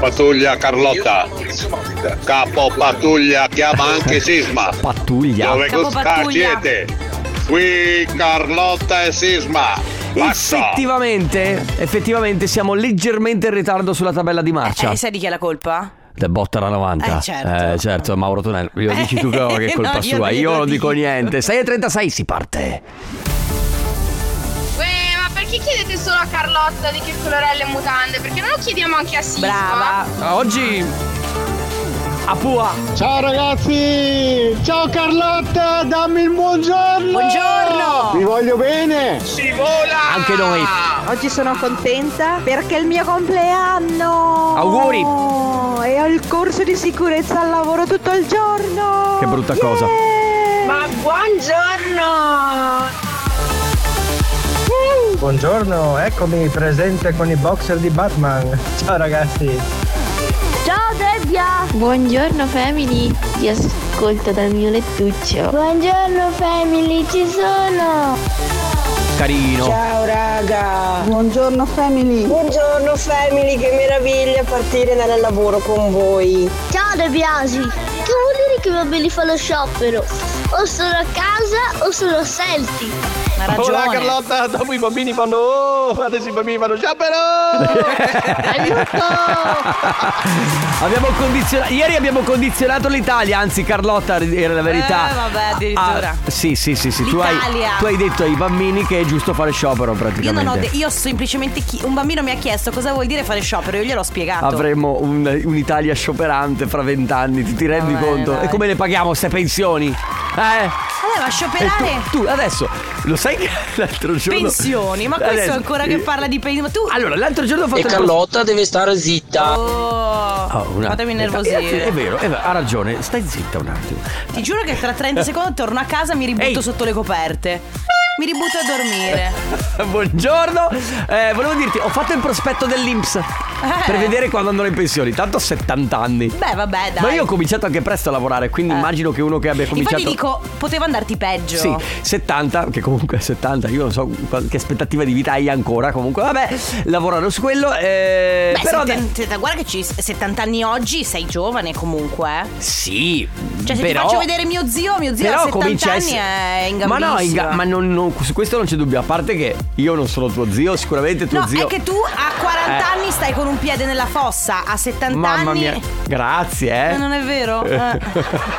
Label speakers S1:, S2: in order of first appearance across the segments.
S1: Pattuglia Carlotta. Capo Pattuglia chiama anche Sisma.
S2: Pattuglia.
S1: Dove
S3: Capo
S1: sta
S3: Pattuglia.
S1: siete? Qui Carlotta e Sisma. Basta.
S2: Effettivamente, effettivamente siamo leggermente in ritardo sulla tabella di marcia.
S3: Eh, sai di chi è la colpa?
S2: Da Bottara 90.
S3: Eh, certo.
S2: Eh, certo, Mauro Tonello. Lo dici tu che
S3: Eh,
S2: che è colpa
S3: no, io
S2: sua.
S3: non
S2: Io
S3: glielo
S2: non dico
S3: dico.
S2: niente. 6.36 si parte.
S4: Uè, ma perché chiedete solo a Carlotta di che colore ha le mutande? Perché non lo chiediamo anche a Sisma?
S3: Brava.
S2: Oggi. A Pua.
S5: Ciao ragazzi! Ciao Carlotta, dammi il buongiorno!
S3: Buongiorno.
S5: Vi voglio bene!
S2: Anche noi.
S6: Ah. Oggi sono contenta perché è il mio compleanno!
S2: Auguri.
S6: E ho il corso di sicurezza al lavoro tutto il giorno! Eh.
S2: Che brutta cosa.
S6: Ma buongiorno!
S7: Buongiorno, eccomi presente con i boxer di Batman. Ciao ragazzi.
S8: Ciao Debbia! Buongiorno family, ti ascolto dal mio lettuccio. Buongiorno family, ci sono!
S2: Carino.
S6: Ciao raga! Buongiorno family! Buongiorno family, che meraviglia partire dal lavoro con voi!
S8: Ciao De Biasi! Che vuol dire che i bambini fanno sciopero? O sono a casa o sono selfie.
S3: Ma ragione.
S7: Carlotta, dopo i bambini fanno oh, adesso i bambini fanno sciopero!
S2: Abbiamo condizionato. Ieri abbiamo condizionato l'Italia, anzi, Carlotta era la verità.
S3: Eh, vabbè, addirittura.
S2: Ah, sì, sì, sì, sì. Tu hai,
S3: L'Italia.
S2: tu hai detto ai bambini che è giusto fare sciopero
S3: Io
S2: praticamente.
S3: non ho. de- io semplicemente. chi- un bambino mi ha chiesto cosa vuol dire fare sciopero. Io gliel'ho spiegato.
S2: Avremo un- un'Italia scioperante fra vent'anni, ti, ti rendi
S3: Vabbè,
S2: conto?
S3: dai.
S2: E come le paghiamo queste pensioni? Eh?
S3: Vabbè, ma
S2: E
S3: scioperare.
S2: tu, tu adesso lo sai che l'altro giorno
S3: Eh. Pensioni, ma questo
S2: Adesso-
S3: ancora che parla di pensioni. Ma tu.
S2: Allora, l'altro giorno ho fatto
S9: E
S2: il
S9: Carlotta deve stare zitta.
S3: Oh,
S2: post- Oh, un attimo. Ragazzi,
S3: fatemi nervosire.
S2: È vero, è vero, ha ragione, stai zitta un attimo.
S3: Ti giuro che tra 30 secondi torno a casa e mi ributto
S2: Eh. Ehi. sotto
S3: sotto le coperte. Mi ributto a dormire.
S2: Buongiorno. Eh, volevo dirti, ho fatto il prospetto dell'Inps
S3: Eh.
S2: per vedere quando andrò in pensione. Tanto ho 70 anni.
S3: Beh, vabbè, dai.
S2: Ma io ho cominciato anche presto a lavorare, quindi
S3: Eh.
S2: immagino che uno che abbia cominciato
S3: Infatti dico, poteva andarti peggio.
S2: Sì, 70, che comunque 70, io non so qual- che aspettativa di vita hai ancora, comunque vabbè, lavorerò su quello. eh,
S3: Beh,
S2: però
S3: sette- sette- guarda che ci 70 anni oggi, sei giovane comunque. eh.
S2: Sì,
S3: Cioè, se
S2: però...
S3: ti faccio vedere mio zio, mio zio
S2: Però
S3: a 70
S2: cominci a
S3: anni
S2: essere-
S3: è in
S2: Ma no, in
S3: gambissimo.
S2: ga- ma non, non- su questo non c'è dubbio. A parte che io non sono tuo zio, sicuramente tuo
S3: No,
S2: zio.
S3: è che tu a 40
S2: Eh.
S3: anni stai con un piede nella fossa, a 70
S2: Mamma
S3: anni.
S2: mia, grazie, eh.
S3: Eh, Non è vero? Eh.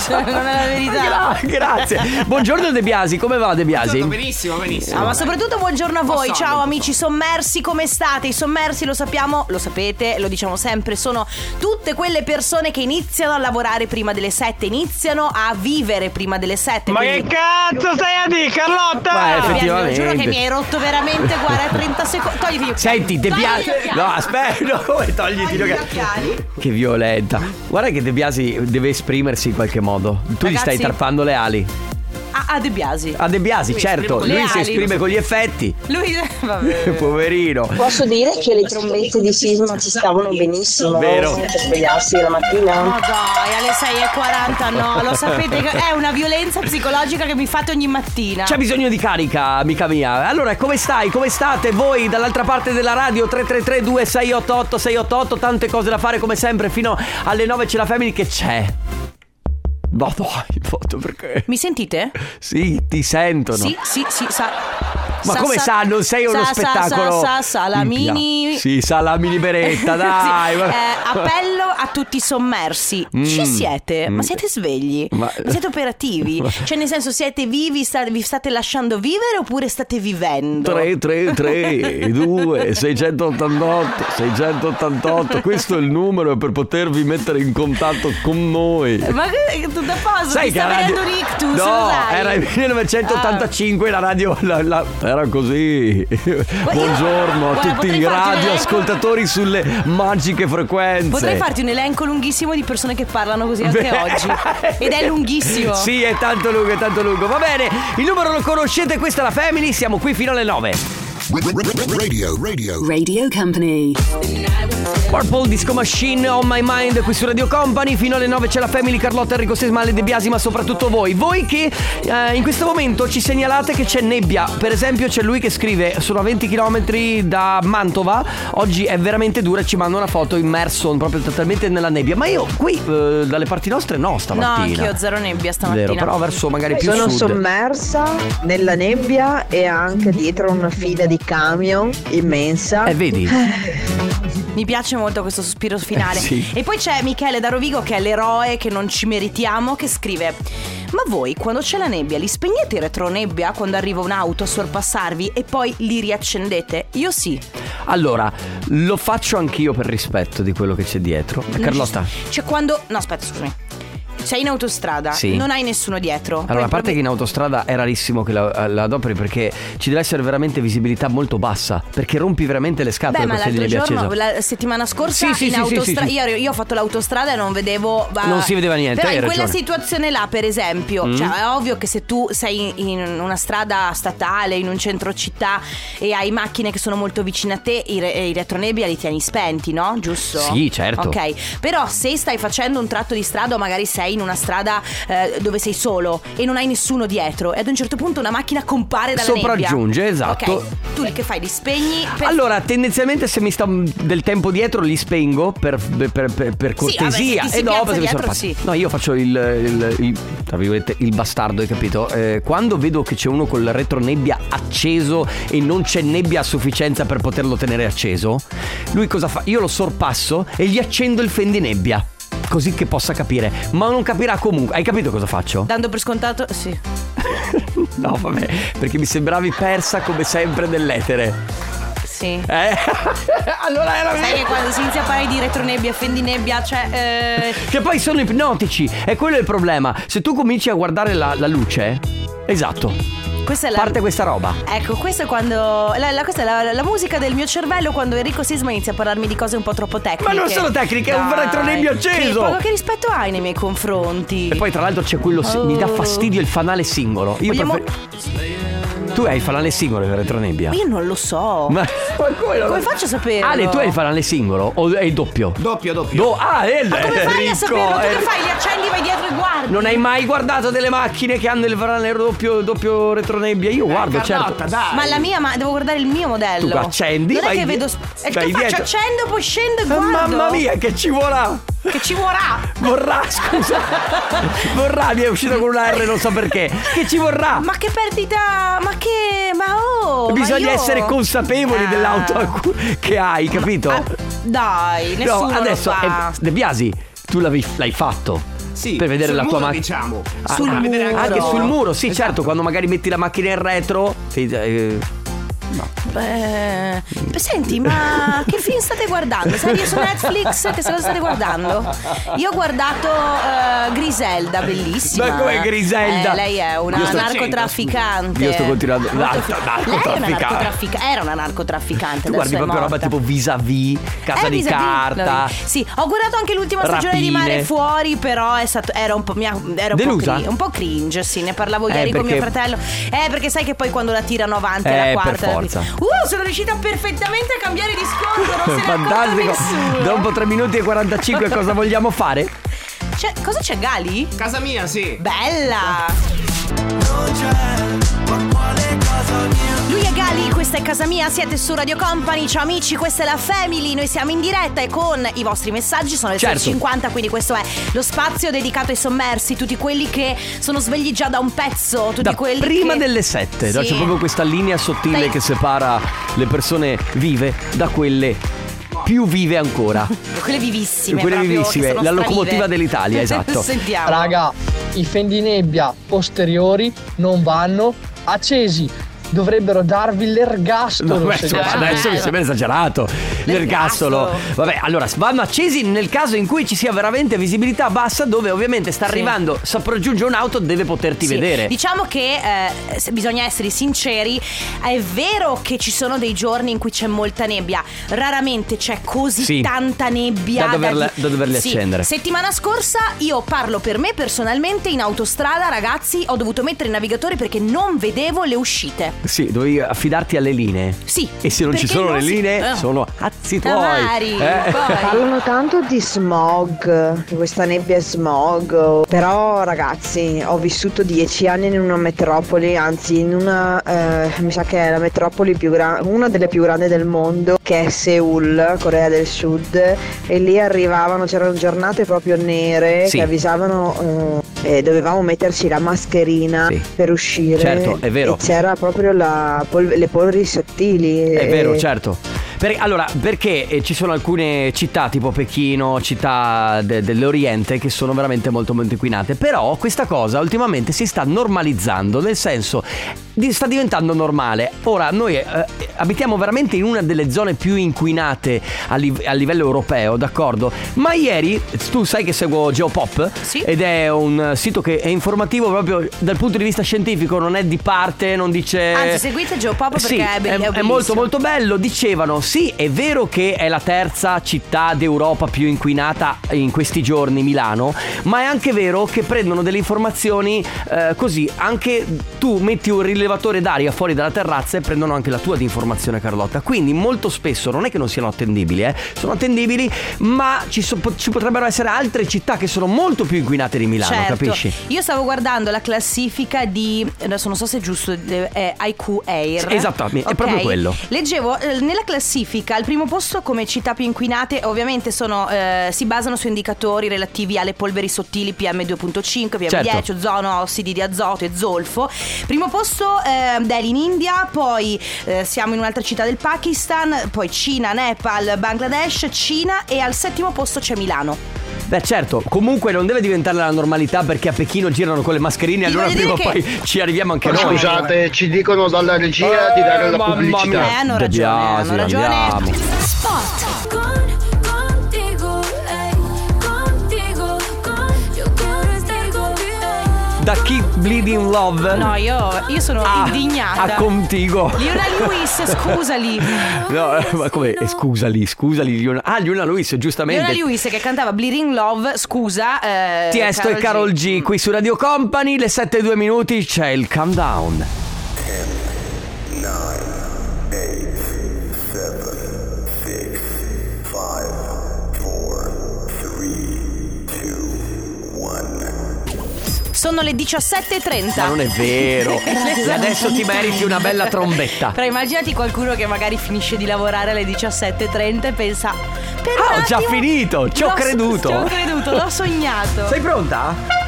S3: Cioè, non è la verità.
S2: Gra- grazie. Buongiorno De Biasi, come va De Biasi?
S10: Benissimo, benissimo.
S3: Ah, ma soprattutto buongiorno a voi,
S10: Buon
S3: ciao
S10: sabato.
S3: amici sommersi, come state? I sommersi lo sappiamo, lo sapete, lo diciamo sempre, sono tutte quelle persone che iniziano a lavorare prima delle 7, iniziano a vivere prima delle 7. quindi-
S7: cazzo stai a dire, Carlotta?
S2: Ma
S3: Debiasi,
S2: effettivamente.
S3: Lo giuro che mi hai rotto veramente, guarda, 30 secondi. Togliti
S2: Senti, De Biasi. No, aspetta, no, come togliti gli occhiali. Che violenta. Guarda che De Biasi deve esprimersi in qualche modo. Tu gli
S3: Ragazzi-
S2: stai tarpando le ali.
S3: Ah, ah, De Biasi.
S2: A De Biasi, certo,
S3: con le
S2: lui si
S3: ali.
S2: esprime con gli effetti.
S3: Lui, vabbè.
S2: Poverino.
S6: Posso dire che le trombette di sisma ci stavano benissimo?
S2: Vero.
S6: Senza svegliarsi la mattina?
S3: No dai, alle 6.40 no, lo sapete che è una violenza psicologica che mi fate ogni mattina.
S2: C'è bisogno di carica, amica mia. Allora, come stai? Come state voi dall'altra parte della radio? 333 2688 688 tante cose da fare come sempre fino alle 9 c'è la family che c'è. Ma dai, foto perché?
S3: Mi sentite?
S2: Sì, ti sentono.
S3: Sì, sì, sì, sa.
S2: Ma come sa, non sei uno
S3: sa- sa-
S2: spettacolo.
S3: Sa, sa, salamini.
S2: Minchia. Sì, salamini beretta, dai.
S3: Sì.
S2: ma- Mm.
S3: Eh, appello a tutti i sommersi. Ci siete? Ma siete svegli?
S2: Ma-
S3: Ma... Siete operativi? Cioè, nel senso, siete vivi? sta- vi state lasciando vivere oppure state vivendo?
S2: 333 2 688 688 questo è il numero per potervi mettere in contatto con noi
S3: Ma che tutto a posto? Ti Eh, sta
S2: la radio-
S3: venendo un ictus?
S2: No,
S3: lo sai? Ah.
S2: era il 1985 la radio la- la- era così. Buongiorno a
S3: guarda,
S2: tutti
S3: potrei
S2: i
S3: farti un
S2: radioascoltatori sulle magiche frequenze.
S3: Potrei farti un elenco lunghissimo di persone che parlano così anche
S2: Beh.
S3: oggi. Ed è lunghissimo.
S2: Sì, è tanto lungo, è tanto lungo. Va bene, il numero lo conoscete, questa è la Family, siamo qui fino alle 9.
S10: Radio Company.
S2: Purple Disco Machine on my mind qui su Radio Company. Fino alle 9 c'è la Family Carlotta Enrico Sesmale De Biasi, ma soprattutto voi. Voi che eh, in questo momento ci segnalate che c'è nebbia. Per esempio, c'è lui che scrive: Sono a 20 km da Mantova. Oggi è veramente dura. Ci manda una foto immerso proprio totalmente nella nebbia. Ma io qui, eh, dalle parti nostre, no,
S3: No,
S2: stamattina.
S3: anch'io zero nebbia stamattina.
S2: Vero, però verso magari più
S6: Sono
S2: sud.
S6: sommersa nella nebbia e anche dietro una fila di camion immensa.
S2: eh, vedi?
S3: Mi piace molto questo sospiro finale.
S2: Eh, sì.
S3: E poi c'è Michele da Rovigo che è l'eroe che non ci meritiamo, che scrive: Ma voi quando c'è la nebbia li spegnete i retronebbia quando arriva un'auto a sorpassarvi e poi li riaccendete? Io sì.
S2: Allora, lo faccio anch'io per rispetto di quello che c'è dietro. Eh, Carlotta.
S3: Cioè quando. No, aspetta, scusami. Sei in autostrada,
S2: Sì.
S3: non hai nessuno dietro.
S2: Allora, a
S3: Poi
S2: parte che in autostrada è rarissimo che la, la adoperi perché ci deve essere veramente visibilità molto bassa, perché rompi veramente le
S3: Beh,
S2: scatole
S3: ma
S2: con se di
S3: l'altro
S2: nebbia accesa.
S3: giorno, la settimana scorsa
S2: Sì, sì,
S3: in
S2: sì, sì,
S3: autostrada,
S2: sì, sì.
S3: io, ero- io ho fatto l'autostrada e non vedevo. ma-
S2: Non si vedeva niente,
S3: Però
S2: hai
S3: in quella
S2: ragione.
S3: situazione là, per esempio,
S2: Mm.
S3: cioè, è ovvio che se tu sei in, in una strada statale, in un centro città e hai macchine che sono molto vicine a te, i, re- i retronebbia li tieni spenti, no? Giusto?
S2: Sì, certo.
S3: Ok, però se stai facendo un tratto di strada o magari sei in una strada eh, dove sei solo e non hai nessuno dietro, e ad un certo punto una macchina compare dalla
S2: Sopraggiunge,
S3: nebbia.
S2: esatto.
S3: Ok, tu che fai? Li spegni per
S2: Allora, tendenzialmente se mi sta del tempo dietro li spengo per, per- per- per- per
S3: Sì, vabbè, se ti
S2: cortesia
S3: si
S2: e dopo
S3: piazza
S2: se mi
S3: dietro,
S2: sorpassa.
S3: sì.
S2: No, io faccio il, il- il- tra virgolette, il bastardo, hai capito? Eh, quando vedo che c'è uno col retronebbia acceso e non c'è nebbia a sufficienza per poterlo tenere acceso, lui cosa fa? Io lo sorpasso e gli accendo il fendinebbia. Così che possa capire, ma non capirà comunque. Hai capito cosa faccio?
S3: Dando per scontato, sì.
S2: No, vabbè, perché mi sembravi persa come sempre nell'etere.
S3: Sì.
S2: Eh? allora era
S3: Sai che quando si inizia a parlare di retronebbia, fendinebbia, cioè. eh,
S2: Che poi sono ipnotici, e quello è il problema. Se tu cominci a guardare la, la luce, esatto,
S3: eh, questa è la.
S2: parte questa roba.
S3: Ecco, questa è quando. la- la- questa è la, la musica del mio cervello quando Enrico Sisma inizia a parlarmi di cose un po' troppo tecniche.
S2: Ma non sono tecniche, è un
S3: Dai.
S2: retronebbio acceso.
S3: Che, proprio che rispetto hai nei miei confronti?
S2: E poi, tra l'altro, c'è quello. si- Mi dà fastidio il fanale singolo. Io
S3: Oh. Vogliamo-
S2: prefer- Tu hai il fanale singolo in retronebbia.
S3: Io non lo so.
S2: Ma, ma come, lo-
S3: Come faccio a saperlo?
S2: Ale, tu hai il fanale singolo o è il doppio?
S10: Doppio, doppio.
S2: Do- ah, è il
S3: Ma come fai a saperlo?
S2: eh.
S3: Tu che fai? Li accendi, vai dietro e guardi.
S2: Non hai mai guardato delle macchine che hanno il fanale doppio, doppio retronebbia?
S3: Eh,
S2: Io guardo, certo.
S10: Carlotta, dai.
S3: Ma la mia, ma devo guardare il mio modello.
S2: Tu accendi,
S3: Non è
S2: vai
S3: che
S2: die-
S3: vedo. E che
S2: vai
S3: faccio?
S2: dietro.
S3: Accendo, poi scendo e
S2: Ma
S3: guardo.
S2: Mamma mia, che ci vorrà!
S3: Che ci vorrà.
S2: Vorrà, scusa. vorrà, mi è uscito con una R, non so perché. Che ci vorrà?
S3: Ma che perdita! Ma che. Ma oh!
S2: Bisogna
S3: ma io-
S2: essere consapevoli
S3: Ah.
S2: dell'auto a cui- che hai, capito?
S3: Ah, dai, nessuno
S2: no, adesso
S3: lo fa.
S2: eh, De Biasi, tu l'avevi- l'hai fatto.
S10: Sì,
S2: per vedere
S10: sul
S2: la tua
S10: muro,
S2: macchina.
S10: diciamo. Esatto.
S2: Ah,
S3: Sul
S2: ah,
S3: muro.
S2: Anche sul muro, sì, certo, quando magari metti la macchina in retro. sì, eh,
S3: Beh, beh, Eh, senti, ma che film state guardando? Serie su Netflix? Che cosa state guardando? Io ho guardato eh, Griselda, bellissima.
S2: Ma com'è Griselda?
S3: Eh, lei è una
S2: Io sto-
S3: narcotrafficante.
S2: Io sto continuando-
S3: Molto
S2: Nar-
S3: fi- Lei è
S2: narcotrafficante.
S3: una narcotraffica- era una narcotrafficante.
S2: tu guardi
S3: adesso è
S2: proprio roba
S3: morta.
S2: tipo vis-à-vis, casa
S3: Eh,
S2: di
S3: Vis-a-Vis,
S2: carta.
S3: vabbè. Sì, ho guardato anche l'ultima stagione di
S2: Rapine.
S3: Mare Fuori, però è stato, era un po', mi ha- era un po',
S2: Delusa?
S3: cri- un po' cringe, sì, ne parlavo
S2: Eh,
S3: ieri con mio
S2: perché-
S3: fratello. Eh, perché sai che poi quando la tirano avanti
S2: Eh,
S3: alla
S2: per
S3: quarta... la-
S2: forza.
S3: Uh, sono riuscita perfettamente a cambiare discorso, non se ne accorge
S2: Fantastico.
S3: nessuno.
S2: Dopo 3 minuti e 45 cosa vogliamo fare?
S3: C'è- cosa c'è Gali?
S10: Casa mia, sì.
S3: Bella! Lui è Gali, questa è casa mia, siete su Radio Company, ciao amici, questa è la Family, noi siamo in diretta e con i vostri messaggi sono le
S2: Certo.
S3: 6.50, quindi questo è lo spazio dedicato ai sommersi, tutti quelli che sono svegli già da un pezzo, tutti
S2: Da
S3: quelli
S2: prima
S3: che-
S2: delle 7, no?
S3: Sì.
S2: c'è proprio questa linea sottile
S3: Dai.
S2: che separa le persone vive da quelle più vive ancora.
S3: Quelle vivissime,
S2: Quelle
S3: proprio,
S2: vivissime,
S3: che sono
S2: la
S3: stravive.
S2: locomotiva dell'Italia, esatto.
S3: Sentiamo.
S5: Raga, i fendinebbia posteriori non vanno accesi. Dovrebbero darvi l'ergastolo.
S2: No, beh,
S5: se
S2: insomma,
S5: vi accendete.
S2: adesso mi sembra esagerato. L'ergastolo.
S3: L'ergastolo.
S2: Vabbè, allora vanno accesi nel caso in cui ci sia veramente visibilità bassa, dove ovviamente sta arrivando, sopraggiunge un'auto, deve poterti
S3: Sì,
S2: vedere.
S3: Diciamo che eh, se- bisogna essere sinceri, è vero che ci sono dei giorni in cui c'è molta nebbia, raramente c'è così
S2: Sì.
S3: tanta nebbia
S2: Da doverla- da doverli
S3: Sì.
S2: accendere.
S3: Settimana scorsa io parlo per me personalmente in autostrada, ragazzi, ho dovuto mettere il navigatore perché non vedevo le uscite.
S2: Sì, dovevi affidarti alle linee.
S3: Sì.
S2: E se non ci
S3: perché
S2: sono le
S3: si-
S2: linee,
S3: Eh.
S2: sono azzi tuoi.
S3: Amari,
S2: Eh.
S3: poi.
S6: Parlano tanto di smog, che questa nebbia è smog, però ragazzi ho vissuto dieci anni in una metropoli, anzi in una, eh, mi sa che è la metropoli più grande, una delle più grandi del mondo, che è Seoul, Corea del Sud, e lì arrivavano, c'erano giornate proprio nere
S2: Sì.
S6: che avvisavano eh, e dovevamo metterci la mascherina
S2: Sì.
S6: per uscire.
S2: Certo, è vero.
S6: E c'era proprio la pol- le polveri sottili.
S2: È
S6: e-
S2: vero, certo. Per- allora, perché eh, ci sono alcune città tipo Pechino, città de- dell'Oriente che sono veramente molto molto inquinate, però questa cosa ultimamente si sta normalizzando, nel senso di- sta diventando normale. Ora, noi eh, abitiamo veramente in una delle zone più inquinate a, liv- a livello europeo, d'accordo? Ma ieri, tu sai che seguo Geopop?
S3: Sì.
S2: Ed è un eh, sito che è informativo proprio dal punto di vista scientifico, non è di parte, non dice...
S3: Anzi, seguite Geopop perché
S2: Eh, Sì,
S3: è be- è bellissimo.
S2: molto molto bello. Dicevano: sì, è vero che è la terza città d'Europa più inquinata in questi giorni, Milano, ma è anche vero che prendono delle informazioni eh, così. Anche tu metti un rilevatore d'aria fuori dalla terrazza e prendono anche la tua di informazione, Carlotta. Quindi molto spesso non è che non siano attendibili, eh, sono attendibili, ma ci, so- ci potrebbero essere altre città che sono molto più inquinate di Milano,
S3: certo.
S2: capisci?
S3: Io stavo guardando la classifica di adesso non so se è giusto eh, è IQ Air.
S2: Sì, esatto, è
S3: Ok.
S2: proprio quello.
S3: Leggevo eh, nella classifica al primo posto come città più inquinate, ovviamente sono eh, si basano su indicatori relativi alle polveri sottili PM2.5, PM10,
S2: Certo.
S3: ozono, ossidi di azoto e zolfo. Primo posto eh, Delhi in India, poi eh, siamo in un'altra città del Pakistan, poi Cina, Nepal, Bangladesh, Cina e al settimo posto c'è Milano.
S2: Beh certo, comunque non deve diventare la normalità perché a Pechino girano con le mascherine
S3: Ti
S2: allora
S3: voglio
S2: prima o
S3: dire che-
S2: poi ci arriviamo anche noi.
S5: Scusate, ci dicono dalla regia di dare la pubblicità.
S3: Eh, hanno ragione, hanno ragione.
S2: Da chi Bleeding Love?
S3: No, io, io sono
S2: a,
S3: indignata.
S2: A Contigo.
S3: Liona Lewis, scusali.
S2: No, eh, ma come? eh, Scusali, scusali Liona. Ah, Liona Luis,
S3: Liona
S2: giustamente.
S3: Lewis che cantava Bleeding Love, scusa. eh,
S2: Tiesto e Carol
S3: Mm.
S2: G qui su Radio Company, le 7 e 2 minuti c'è il countdown.
S3: Sono le 17.30.
S2: Ma non è vero. E adesso ti meriti una bella trombetta.
S3: Però immaginati qualcuno che magari finisce di lavorare alle 17.30 e pensa... Per
S2: Ah,
S3: un
S2: ho già
S3: attimo
S2: finito, ci ho
S3: l'ho-
S2: creduto."
S3: Ci ho creduto, l'ho sognato.
S2: Sei pronta?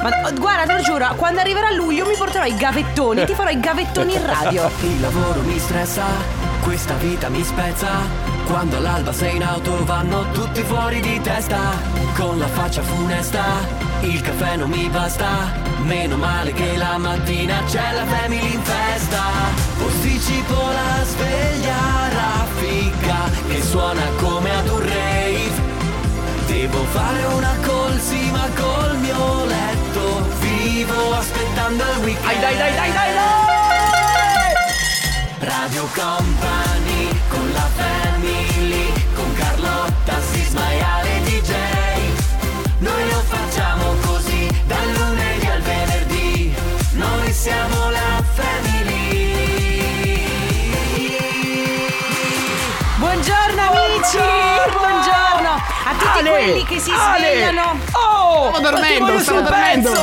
S3: Ma oh, guarda, te lo giuro, quando arriverà luglio mi porterò i gavettoni, ti farò i gavettoni in radio.
S2: Il lavoro mi stressa, questa vita mi spezza. Quando all'alba sei in auto vanno tutti fuori di testa. Con la faccia funesta, il caffè non mi basta. Meno male che la mattina c'è la family in festa. Posticipo la sveglia raffica che suona come ad un rave. Devo fare una colsima col mio letto. Vivo aspettando il weekend. Dai, dai, dai, dai, dai, Radio Company con la family, con Carlotta, Sisma e Ale DJ. Noi lo facciamo così, dal lunedì al venerdì. Noi siamo la family.
S3: Buongiorno amici!
S2: Buongiorno!
S3: Buongiorno! A tutti
S2: Ale!
S3: quelli che si
S2: Ale!
S3: svegliano.
S2: Oh!
S10: Stavo dormendo,
S2: ma ti voglio
S10: stavo
S2: sul
S10: dormendo.
S2: pezzo!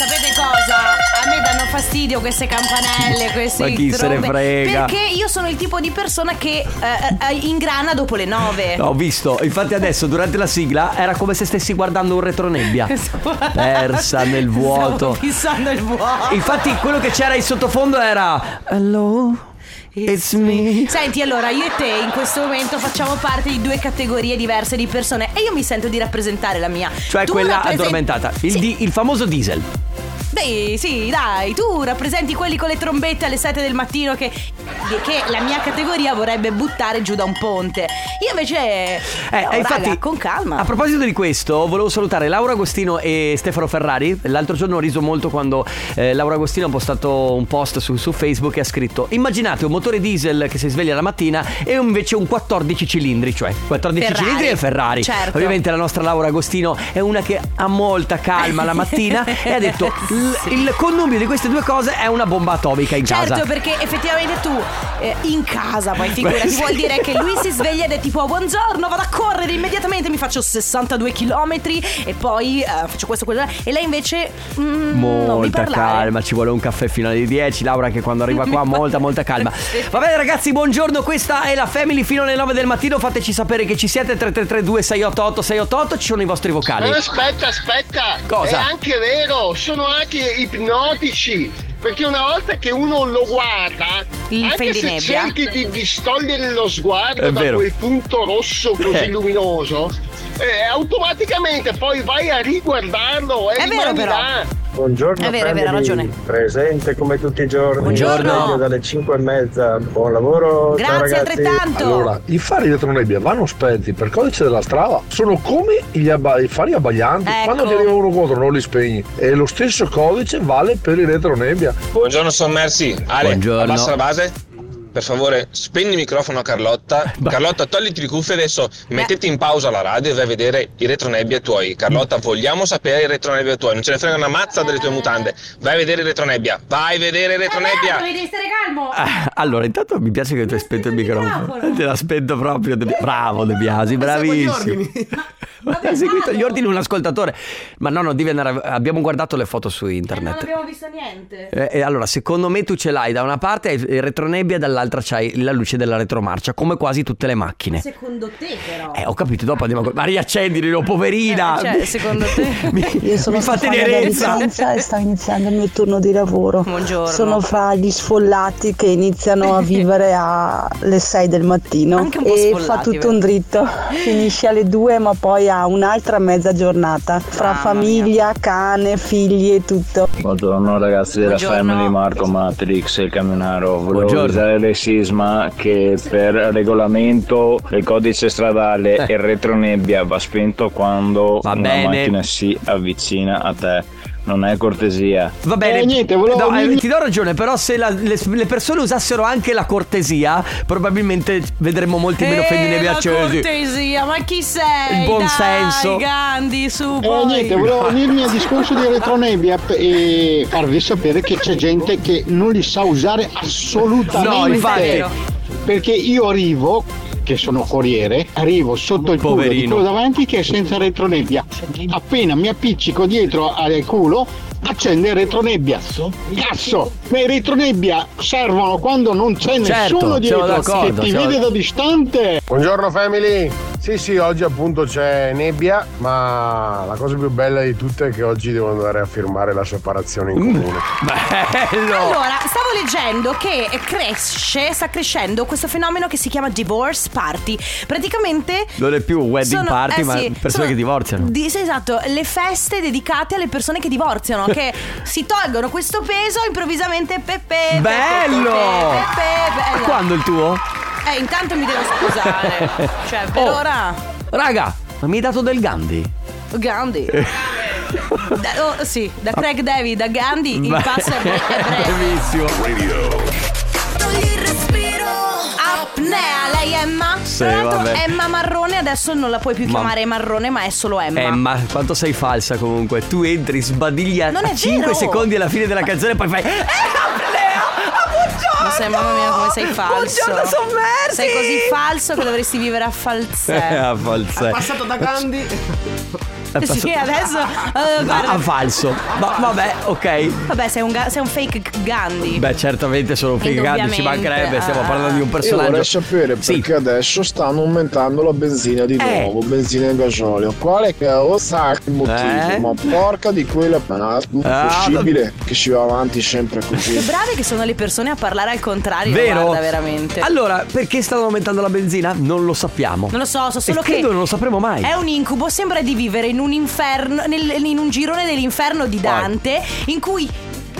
S3: Sapete cosa? A me danno fastidio queste campanelle, queste
S2: Ma chi se ne
S3: trombe,
S2: frega?
S3: Perché io sono il tipo di persona che eh, eh, ingrana dopo le nove.
S2: No, Ho visto, infatti adesso durante la sigla era come se stessi guardando un retronebbia.
S3: Esatto.
S2: Persa nel vuoto.
S3: Stavo fissando il vuoto.
S2: Infatti quello che c'era in sottofondo era Hello, it's me.
S3: Senti, allora io e te in questo momento facciamo parte di due categorie diverse di persone e io mi sento di rappresentare la mia.
S2: Cioè
S3: Tu
S2: quella
S3: rappresenti-
S2: addormentata, il,
S3: Sì,
S2: di- il famoso diesel.
S3: Dai, sì, dai, tu rappresenti quelli con le trombette alle 7 del mattino che, che la mia categoria vorrebbe buttare giù da un ponte. Io invece...
S2: Eh,
S3: no,
S2: eh, infatti,
S3: raga, con
S2: A
S3: calma.
S2: proposito di questo, volevo salutare Laura Agostino e Stefano Ferrari. L'altro giorno ho riso molto quando eh, Laura Agostino ha postato un post su, su Facebook e ha scritto: Immaginate un motore diesel che si sveglia la mattina e invece un 14 cilindri, cioè 14
S3: Ferrari.
S2: cilindri e il Ferrari.
S3: Certo.
S2: Ovviamente la nostra Laura Agostino è una che ha molta calma la mattina e ha detto: l- il connubio di queste due cose è una bomba atomica in
S3: Certo,
S2: casa.
S3: perché effettivamente tu eh, in casa, poi figurati,
S2: Beh, sì.
S3: vuol dire che lui si sveglia ed è tipo buongiorno, vado a correre immediatamente, mi faccio 62 km e poi eh, faccio questo, quello e lei invece mm, non mi
S2: Molta
S3: parlare.
S2: calma, ci vuole un caffè fino alle 10. Laura, che quando arriva qua, molta, molta calma. Va bene, ragazzi, buongiorno. Questa è la Family fino alle 9 del mattino. Fateci sapere che ci siete. 3332 688 688 Ci sono i vostri vocali.
S5: Eh, aspetta, aspetta!
S2: Cosa?
S5: È anche vero, sono anche ipnotici. Perché una volta che uno lo guarda,
S3: Il
S5: anche se
S3: fendinebbia.
S5: cerchi di distogliere lo sguardo
S2: È
S5: da
S2: vero.
S5: quel punto rosso così
S2: Eh.
S5: luminoso, eh, automaticamente poi vai a riguardarlo e
S3: È vero,
S5: rimani
S3: però.
S5: là.
S11: Buongiorno,
S3: È vero, è vero, ha
S11: family.
S3: ragione.
S11: Presente come tutti i giorni.
S3: Buongiorno.
S11: Sveglio dalle 5 e mezza. Buon lavoro. ciao
S3: Grazie
S11: ragazzi.
S3: altrettanto.
S12: Allora, i fari retronebbia vanno spenti per codice della strada, sono come gli abba- i fari abbaglianti.
S3: Ecco.
S12: Quando ti arriva uno contro non li spegni. E lo stesso codice vale per il retronebbia.
S9: Buongiorno sommersi. Ale,
S2: Buongiorno.
S9: abbassa la base. Per favore, spegni il microfono a Carlotta.
S2: Ba-
S9: Carlotta, togliti le cuffie adesso, mettiti in pausa la radio e vai a vedere i retronebbia tuoi. Carlotta, vogliamo sapere i retronebbia tuoi. Non ce ne frega una mazza delle tue mutande. Vai a vedere i retronebbia. Vai a vedere i
S13: Eh,
S9: retronebbia.
S14: devi stare calmo.
S2: Ah, Allora, intanto mi piace che tu hai spento il microfono. Te l'aspetto proprio. De Bia- Bravo, De Biasi, bravissimo. Ha seguito gli ordini un ascoltatore. Ma no, no, devi andare. a- Abbiamo guardato le foto su
S3: Eh,
S2: internet.
S14: visto niente.
S2: Eh, eh, allora, secondo me tu ce l'hai da una parte hai il retronebbia, dall'altra c'hai la luce della retromarcia, come quasi tutte le macchine.
S14: Secondo te però.
S2: Eh, ho capito, dopo andiamo a... Ma riaccendilo, poverina!
S3: Eh, cioè, secondo te?
S2: Mi,
S8: Io sono
S2: mi fa
S8: Stefania da
S2: tenerezza!
S8: Vicenza e sto iniziando il mio turno di lavoro.
S3: Buongiorno.
S8: Sono fra gli sfollati che iniziano a vivere alle 6 del mattino
S3: Anche un po'
S8: e fa
S3: sfollati,
S8: tutto un dritto. Finisce alle 2 ma poi ha un'altra mezza giornata fra
S3: Ah, Mamma
S8: famiglia, cane, figli e tutto.
S11: Buongiorno ragazzi della
S3: Buongiorno.
S11: Family Marco Matrix e il Camionaro. Volevo
S2: Buongiorno.
S11: usare il sisma che per regolamento del codice stradale il retronebbia va spento quando
S2: Va
S11: una
S2: bene.
S11: macchina si avvicina a te. Non è cortesia.
S2: Va bene,
S5: Eh, niente, volevo
S2: No, eh,
S5: dirgli-
S2: ti do ragione, però se la- le, le persone usassero anche la cortesia, probabilmente vedremmo molti meno
S3: Eh,
S2: fendine
S3: la
S2: accesi.
S3: cortesia, ma chi sei?
S2: Il buon
S3: Dai,
S2: senso.
S3: Gandhi, su,
S5: Eh,
S3: poi.
S5: niente, volevo unirmi al discorso di Retronebbia p- e farvi sapere che c'è gente che non li sa usare assolutamente.
S2: No, infatti.
S5: È vero. Perché io arrivo, che sono corriere, arrivo sotto il culo di
S2: Poverino.
S5: quello davanti che è senza retronebbia. Appena mi appiccico dietro al culo, accende il retronebbia. Cazzo! Ma i retronebbia servono quando non c'è
S2: Certo,
S5: nessuno dietro
S2: siamo
S5: che
S2: d'accordo,
S5: ti
S2: siamo-
S5: vede da distante.
S12: Buongiorno family! Sì sì, oggi appunto c'è nebbia, ma la cosa più bella di tutte è che oggi devo andare a firmare la separazione in
S2: Mm.
S12: comune.
S2: Eh, Bello!
S3: Allora, stavo leggendo che cresce, sta crescendo questo fenomeno che si chiama divorce party. Praticamente
S2: Non è più wedding
S3: sono-
S2: party,
S3: eh
S2: ma
S3: sì,
S2: persone
S3: sono-
S2: che divorziano.
S3: di- sì, esatto, le feste dedicate alle persone che divorziano, che si tolgono questo peso improvvisamente pepe. pepe,
S2: Bello!
S3: pepe, pepe,
S2: Ma
S3: eh,
S2: quando il tuo?
S3: Eh, intanto mi devo scusare. cioè, per
S2: Oh.
S3: ora
S2: Raga, ma mi hai dato del Gandhi?
S3: Gandhi. Da- oh, sì, da Craig David, da Gandhi,
S2: Beh,
S3: il passo è bre- è breve.
S2: Bravissimo.
S3: Apnea, lei è Emma.
S2: Sì,
S3: Tra l'altro
S2: vabbè.
S3: Emma Marrone, adesso non la puoi più
S2: Ma-
S3: chiamare Marrone, ma è solo Emma.
S2: Emma, Eh, quanto sei falsa comunque. Tu entri, sbadigli a
S3: Non è
S2: 5
S3: vero.
S2: secondi alla fine della canzone e poi fai... Eh, Apnea! Ah, buongiorno!
S3: Ma sei, mamma mia, come sei falso.
S2: Buongiorno, sommersi!
S3: Sei così falso che dovresti vivere a
S2: Eh,
S3: falsè.
S2: a falsè.
S15: Passato da Gandhi.
S2: È passato-
S3: Sì, adesso. eh,
S2: Ah,
S3: guarda.
S2: a falso. Ma vabbè, ok.
S3: Vabbè, sei un, ga- sei un fake Gandhi.
S2: Beh, certamente sono figati, ci
S3: Indubbiamente,
S2: mancherebbe, stiamo
S3: ah.
S2: parlando di un
S12: Io
S2: personaggio.
S12: vorrei sapere
S2: Sì.
S12: perché adesso stanno aumentando la benzina di
S2: Eh.
S12: nuovo, benzina e gasolio. Quale cazzo il motivo?
S2: Eh.
S12: Ma porca di quella ma non è
S2: Ah,
S12: possibile che si va avanti sempre
S3: Che
S12: così.
S3: brave che sono le persone a parlare al contrario.
S2: Vero?
S3: Guarda, veramente.
S2: Allora, perché stanno aumentando la benzina? Non lo sappiamo.
S3: Non lo so, so solo
S2: e
S3: che.
S2: credo non lo sapremo mai.
S3: È un incubo, sembra di vivere in un inferno, nel- in un girone dell'inferno di Dante, in cui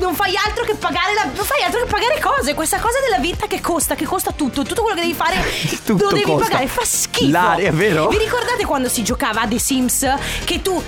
S3: non fai altro che pagare la- non fai altro che pagare cose. Questa cosa della vita che costa, che costa tutto, tutto quello che devi fare
S2: Tutto
S3: lo devi
S2: costa.
S3: pagare, fa schifo.
S2: L'aria, è vero?
S3: Vi ricordate quando si giocava a The Sims che tu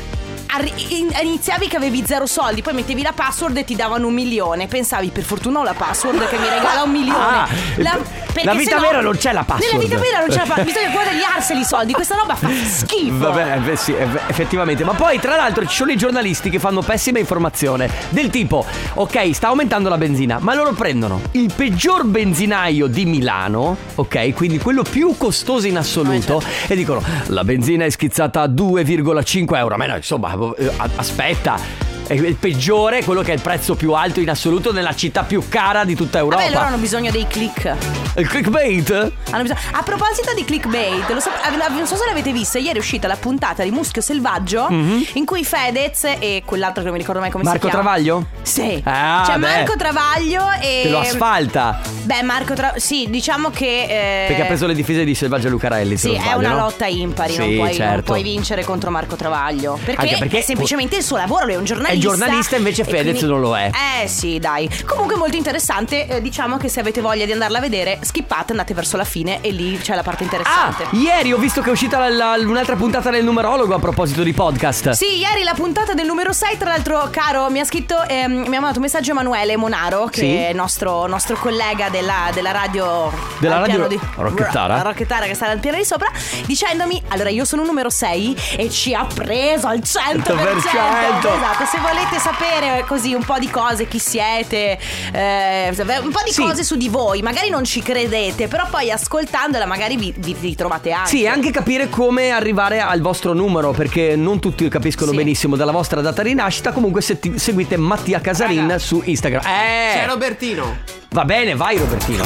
S3: arri- in- Iniziavi che avevi zero soldi, poi mettevi la password e ti davano un milione. Pensavi, per fortuna ho la password che mi regala un milione.
S2: Ah,
S3: La-
S2: e-
S3: Perché
S2: La vita
S3: sennò-
S2: vera non c'è la password.
S3: Nella vita vera non c'è la password. Cioè, Bisogna guadagnarsi i soldi. Questa roba fa schifo.
S2: Vabbè, eh, beh, sì, eh, beh, effettivamente. Ma poi, tra l'altro, ci sono i giornalisti che fanno pessima informazione. Del tipo, ok, sta aumentando la benzina, ma loro prendono il peggior benzinaio di Milano, ok, quindi quello più costoso in assoluto,
S3: Ah, certo.
S2: e dicono la benzina è schizzata a 2,5 euro. Ma no, insomma, eh, a- aspetta. È il peggiore, quello che è il prezzo più alto in assoluto nella città più cara di tutta Europa.
S3: Vabbè, loro hanno bisogno dei click. Hanno
S2: Il clickbait?
S3: bisogno- A proposito di clickbait, lo sap- av- non so se l'avete vista, ieri è uscita la puntata di Muschio Selvaggio
S2: Mhm.
S3: in cui Fedez e quell'altro che non mi ricordo mai come
S2: Marco
S3: si chiama. Eh,
S2: Travaglio?
S3: Sì.
S2: Ah,
S3: C'è
S2: beh.
S3: Marco Travaglio e...
S2: Te lo asfalta.
S3: Beh, Marco Travaglio... Sì, diciamo che... eh,
S2: Perché ha preso le difese di Selvaggia Lucarelli. se
S3: Sì,
S2: non
S3: è
S2: sbaglio,
S3: una
S2: no?
S3: lotta impari, non,
S2: Sì,
S3: puoi, non
S2: certo.
S3: puoi vincere contro Marco Travaglio. Perché,
S2: Anche perché-
S3: semplicemente il suo lavoro, lui è un giornalista.
S2: È giornalista, invece
S3: e
S2: Fedez non lo è.
S3: Eh sì, dai. Comunque molto interessante, eh, diciamo che se avete voglia di andarla a vedere, skippate, andate verso la fine e lì c'è la parte interessante.
S2: Ah, Ieri ho visto che è uscita la- la- un'altra puntata del numerologo a proposito di podcast.
S3: Sì, ieri la puntata del numero 6, tra l'altro, caro, mi ha scritto, ehm, mi ha mandato un messaggio Emanuele Monaro, che
S2: Sì.
S3: è nostro, nostro collega della, della radio...
S2: Della
S3: al
S2: radio
S3: piano
S2: Rocchettara?
S3: Ro- Rocchettara che sta al piano di sopra, dicendomi, allora io sono un numero 6 e ci ha preso al 100%.
S2: 100%.
S3: Esatto, se volete sapere eh, così un po' di cose, chi siete, eh, un po' di cose su di voi, magari non ci credete, però poi ascoltandola magari vi, vi ritrovate anche.
S2: Sì, e anche capire come arrivare al vostro numero, perché non tutti capiscono benissimo dalla vostra data di nascita. Comunque se ti- seguite Mattia Casarin su Instagram. Eh!
S16: C'è Robertino.
S2: Va bene, vai Robertino.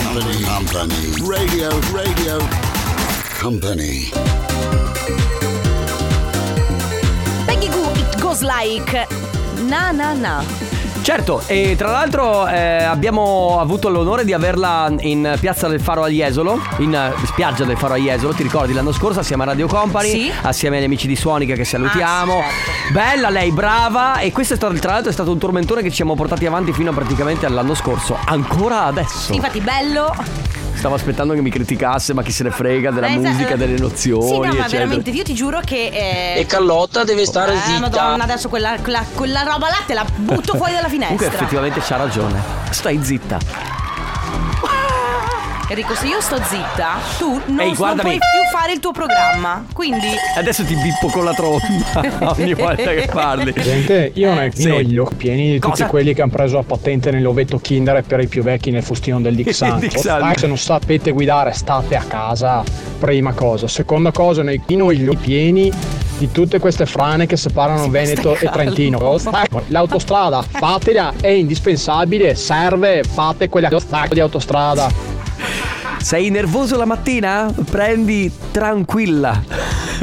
S17: Radio, radio. Company.
S3: Peggy Goo, it goes like na na na.
S2: Certo, e tra l'altro eh, abbiamo avuto l'onore di averla in Piazza del Faro a Jesolo, in eh, spiaggia del Faro a Jesolo, ti ricordi l'anno scorso assieme a Radio Company,
S3: Sì. Ah, certo.
S2: assieme agli amici di Suonica che salutiamo. Bella lei, brava e questo è stato, tra l'altro è stato un tormentone che ci siamo portati avanti fino a praticamente all'anno scorso, ancora adesso.
S3: Infatti bello.
S2: Stavo aspettando che mi criticasse, ma chi se ne frega della
S3: Eh,
S2: musica,
S3: eh,
S2: delle nozioni,
S3: Sì, no, ma
S2: eccetera.
S3: veramente io ti giuro che eh,
S2: Carlotta deve stare
S3: eh, Madonna, adesso quella, quella- quella roba là te la butto fuori dalla
S2: Comunque
S3: finestra.
S2: effettivamente c'ha ragione. Stai zitta.
S3: Enrico, se io sto zitta, tu non, non puoi
S2: guardami.
S3: più fare il tuo programma. Quindi
S2: Adesso ti bippo con la tromba ogni volta che parli.
S18: Gente, io ne
S2: Sì.
S18: ho gli occhi pieni di
S2: Cosa?
S18: tutti quelli che hanno preso la patente nell'ovetto Kinder e per i più vecchi nel fustino del Dixanto.
S2: Dixanto.
S18: Ah, se non sapete guidare, state a casa, prima cosa. Seconda cosa, ne ho gli occhi pieni di tutte queste frane che separano Veneto e Trentino. L'autostrada, fatela, è indispensabile, serve, fate quella di autostrada.
S2: Sei nervoso la mattina? Prendi tranquilla.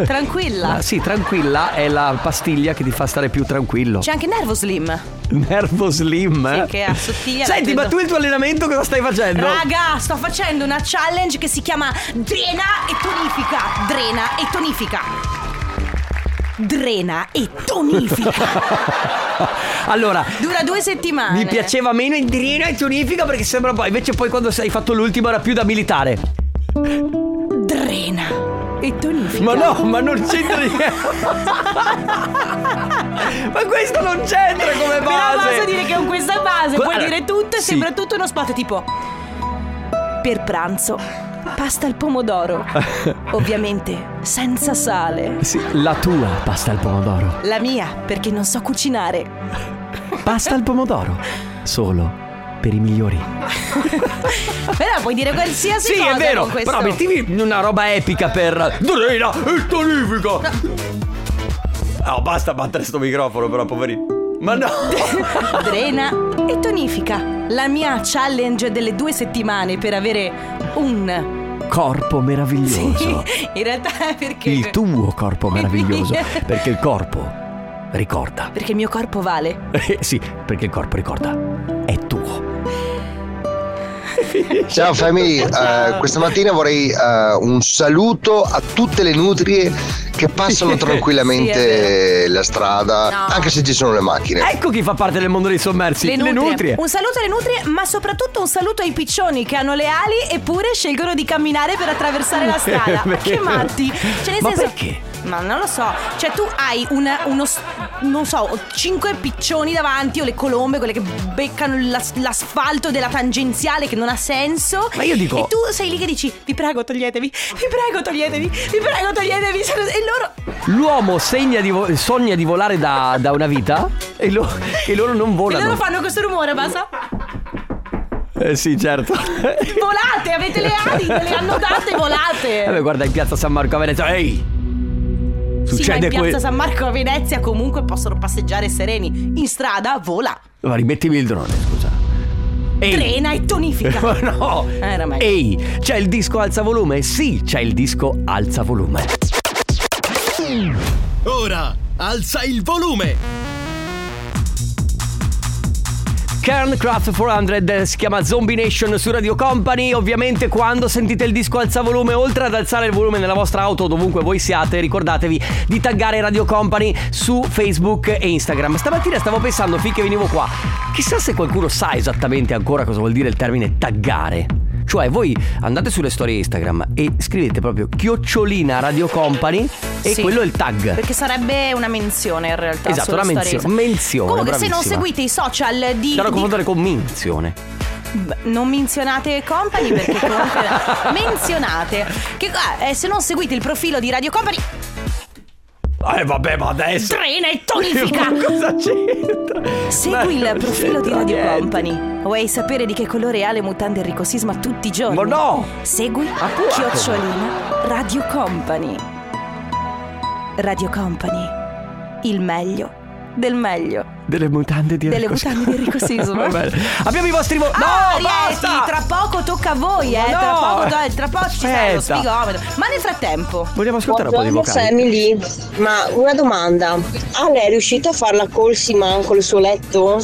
S3: Tranquilla?
S2: La- sì, tranquilla è la pastiglia che ti fa stare più tranquillo.
S3: c'è anche Nervo Slim.
S2: Nervo slim. eh?
S3: Cioè, Sì, che assottiglia.
S2: Senti, ma tu il tuo allenamento cosa stai facendo?
S3: Raga, sto facendo una challenge che si chiama Drena e tonifica. Drena e tonifica. Drena e tonifica.
S2: allora,
S3: Dura due settimane.
S2: mi piaceva meno il dirino e tonifica perché sembra poi. Invece, poi quando sei fatto l'ultimo era più da militare.
S3: Drena e tonifica.
S2: Ma no, ma non c'entra niente. ma questo non c'entra come
S3: Però
S2: base.
S3: basta dire che con questa base
S2: Que-
S3: puoi
S2: allora,
S3: dire tutto e
S2: sì.
S3: sembra tutto uno spot tipo per pranzo pasta al pomodoro. Ovviamente senza sale.
S2: Sì, la tua pasta al pomodoro.
S3: La mia perché non so cucinare.
S2: Pasta al pomodoro. Solo per i migliori.
S3: Però puoi dire qualsiasi
S2: Sì,
S3: cosa
S2: è vero.
S3: con questo.
S2: Però mettimi una roba epica per. Dorina e tonifica. Oh, basta battere sto microfono, però, poverino. Ma no.
S3: Drena e tonifica. La mia challenge delle due settimane per avere un.
S2: Corpo meraviglioso.
S3: in realtà è perché.
S2: Il tuo corpo meraviglioso.
S3: mio.
S2: perché il corpo ricorda.
S3: Perché il mio corpo vale.
S2: Eh, sì, perché il corpo ricorda. È tuo.
S19: Ciao Femi, eh, questa mattina vorrei eh, un saluto a tutte le nutrie
S16: che passano
S2: Sì, è
S16: tranquillamente la strada,
S3: No.
S16: anche se ci sono le
S1: Eh.
S16: macchine.
S2: Ecco chi fa parte del mondo dei sommersi, le, nutrie.
S3: Un saluto alle nutrie, ma soprattutto un saluto ai piccioni che hanno le ali eppure scelgono di camminare per attraversare la strada. Ma che matti! Cioè, nel
S2: Ma
S3: senso.
S2: perché?
S3: Ma non lo so, cioè tu hai una- uno, s- non so, cinque piccioni davanti o le colombe, quelle che beccano l'as- l'asfalto della tangenziale che non ha senso.
S2: Ma io dico-
S3: E tu sei lì che dici, vi prego toglietevi, vi prego toglietevi, vi prego toglietevi. E loro...
S2: L'uomo segna di vo- sogna di volare da, da una vita e, lo- e loro non
S3: E
S2: volano.
S3: loro fanno questo rumore, basta.
S2: Eh sì, certo.
S3: Volate, avete le
S2: Cioè,
S3: ali, ve le hanno date, volate.
S2: Vabbè, Eh, guarda in piazza San Marco a Venezia. Ehi!
S3: Sì, ma in
S2: Succede
S3: piazza
S2: questo.
S3: San Marco a Venezia comunque possono passeggiare sereni. In strada vola,
S2: Ma rimettimi il drone, scusa.
S3: trena e tonifica.
S2: Ma no!
S3: Eh, era meglio.
S2: Ehi, c'è il disco alza volume? Sì, c'è il disco alza volume.
S19: Ora alza il volume.
S2: Kerncraft 400 si chiama Zombie Nation su Radio Company. Ovviamente, quando sentite il disco alza volume, oltre ad alzare il volume nella vostra auto, dovunque voi siate, ricordatevi di taggare Radio Company su Facebook e Instagram. Stamattina stavo pensando, finché venivo qua, chissà se qualcuno sa esattamente ancora cosa vuol dire il termine taggare. Cioè, voi andate sulle storie Instagram e scrivete proprio chiocciolina Radio Company e
S3: Sì.
S2: quello è il tag.
S3: Perché sarebbe una menzione in realtà.
S2: Esatto,
S3: sulla
S2: una
S3: storia
S2: menzio-
S3: Instagram.
S2: menzione,
S3: Comunque, se non
S2: bravissima.
S3: seguite i social di.
S2: C'era da
S3: di-
S2: confondere con minzione.
S3: Beh, non menzionate Company perché comunque. menzionate. Che, ah, eh, se non seguite il profilo di Radio Company.
S2: Eh vabbè, ma adesso.
S3: Trena e tonifica!
S2: Ma cosa c'entra?
S3: Segui
S2: Ma
S3: il
S2: non
S3: profilo di
S2: c'entra
S3: Radio
S2: niente.
S3: Company. Vuoi sapere di che colore ha le mutande Enrico Sisma tutti i giorni?
S2: Ma no!
S3: Segui Chiocciolina Radio Company. Radio Company. Il meglio del meglio.
S2: Delle mutande di
S3: Delle
S2: Enrico Sisma.
S3: mutande di Enrico
S2: Va
S3: Sisma.
S2: bene. Abbiamo i vostri vo-
S3: Ah,
S2: no,
S3: Rieti,
S2: basta!
S3: tra poco tocca a voi, eh.
S2: Ma
S3: Tra
S2: no!
S3: poco, tra, tra poco ci sarà lo
S2: Aspetta.
S3: spigometro. Ma nel frattempo.
S2: Vogliamo ascoltare un po' di
S6: Buongiorno
S2: vocali.
S6: Family, ma una domanda. Ah, lei è riuscita a fare la colsima con il suo letto?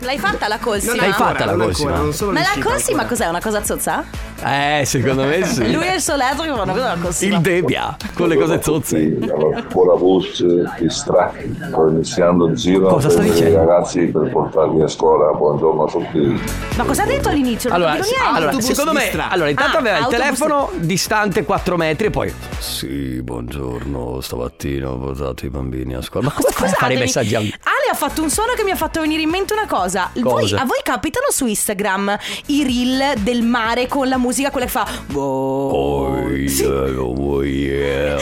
S3: L'hai fatta la colsima?
S2: L'hai fatta la colsima?
S3: Ma la colsima cos'è? Una cosa zozza?
S2: Eh, secondo me sì.
S3: Lui e il suo letto che fanno cosa la colsima?
S2: Il debbia con le cose zozze.
S20: Con la voce che stracchi, sto iniziando il giro
S2: Cosa sta
S20: per i
S2: dicendo?
S20: ragazzi per portarli a scuola. Buongiorno a tutti.
S3: Ma cosa ha detto all'inizio? Non
S2: Allora,
S3: dico
S2: sì,
S3: niente.
S2: allora, secondo me, allora, intanto
S3: Ah,
S2: aveva il
S3: autobus-
S2: telefono distante 4 metri e poi.
S21: Sì, buongiorno, stamattina ho portato i bambini a scuola. Ma come fai a
S3: Scusatemi.
S21: fare i messaggi al...
S3: Ale ha fatto un suono che mi ha fatto venire in mente una cosa. Voi-
S21: Cosa?
S3: a voi capitano su Instagram i reel del mare con la musica, quella che fa.
S21: Oh, yeah, oh, yeah.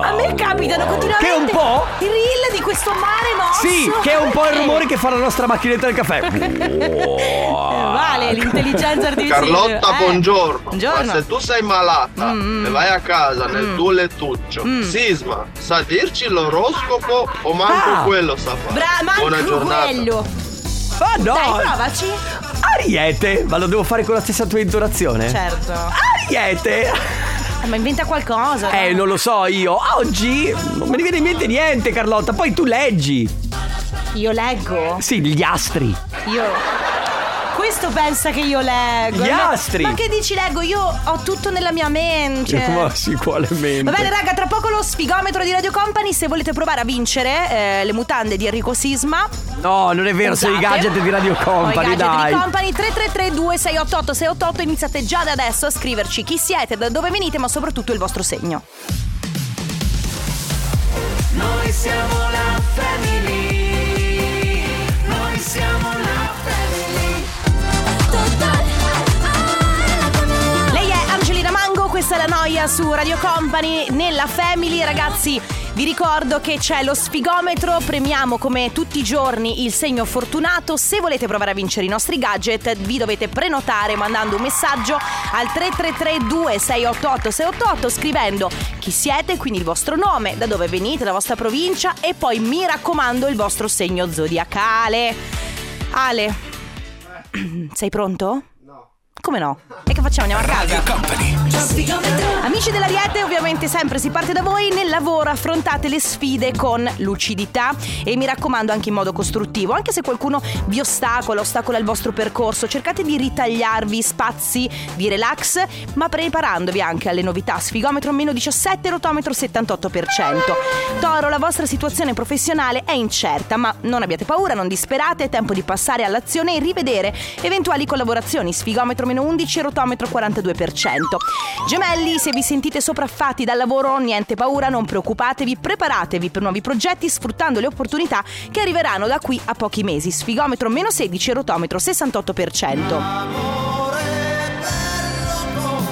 S3: A me capitano continuamente.
S2: Che è un po'?
S3: I reel di questo mare mosso.
S2: Sì, che è un po' il rumore che fa la nostra macchinetta del caffè.
S3: Eh, Vale l'intelligenza artificiale.
S13: Carlotta,
S3: Eh,
S13: buongiorno.
S3: buongiorno.
S13: Ma se tu sei malata
S2: Mm,
S13: e vai a casa nel tuo lettuccio, Sisma sa dirci l'oroscopo o manco
S2: Ah.
S13: quello sa fare?
S3: Bra- ma
S13: Buona
S3: anche
S13: giornata.
S3: quello.
S2: Ma no!
S3: Dai, provaci.
S2: Ariete, ma lo devo fare con la stessa tua intonazione?
S3: Certo.
S2: Ariete!
S3: Eh, Ma inventa qualcosa.
S2: Eh, non lo so io. Oggi non mi viene in mente niente, Carlotta. Poi tu leggi.
S3: Io leggo.
S2: Sì, gli astri.
S3: Io. Questo pensa che io leggo.
S2: Gli
S3: Ma-
S2: astri.
S3: Ma che dici leggo? Io ho tutto nella mia mente.
S2: Ma sicuramente.
S3: Cioè. Va bene raga, tra poco lo sfigometro di Radio Company, se volete provare a vincere eh, le mutande di Enrico Sisma.
S2: No, non è vero, sono i
S3: usate.
S2: gadget di Radio
S3: o
S2: Company,
S3: Esatto. i gadget
S2: dai.
S3: di Company 333 688 688 iniziate già da adesso a scriverci chi siete, da dove venite, ma soprattutto il vostro segno.
S19: Noi siamo la family. Noi siamo la family. Ah,
S3: Lei è Angelina Mango, questa è la noia su Radio Company nella Family, ragazzi. Vi ricordo che c'è lo sfigometro, premiamo come tutti i giorni il segno fortunato. Se volete provare a vincere i nostri gadget, vi dovete prenotare mandando un messaggio al 3332 688 688 scrivendo chi siete, quindi il vostro nome, da dove venite, la vostra provincia e poi mi raccomando il vostro segno zodiacale. Ale, sei pronto? No. Come no? Hai che facciamo? Andiamo a casa. Amici dell'Ariete, ovviamente sempre si parte da voi. Nel lavoro affrontate le sfide con lucidità e mi raccomando anche in modo costruttivo. Anche se qualcuno vi ostacola, ostacola il vostro percorso, cercate di ritagliarvi spazi di relax, ma preparandovi anche alle novità. Sfigometro meno 17, rotometro 78%. Toro, la vostra situazione professionale è incerta, ma non abbiate paura, non disperate, è tempo di passare all'azione e rivedere eventuali collaborazioni. Sfigometro meno 11, rotometro 42%. Gemelli, se vi sentite sopraffatti dal lavoro, niente paura, non preoccupatevi, preparatevi per nuovi progetti sfruttando le opportunità che arriveranno da qui a pochi mesi. Sfigometro meno 16, rotometro 68%.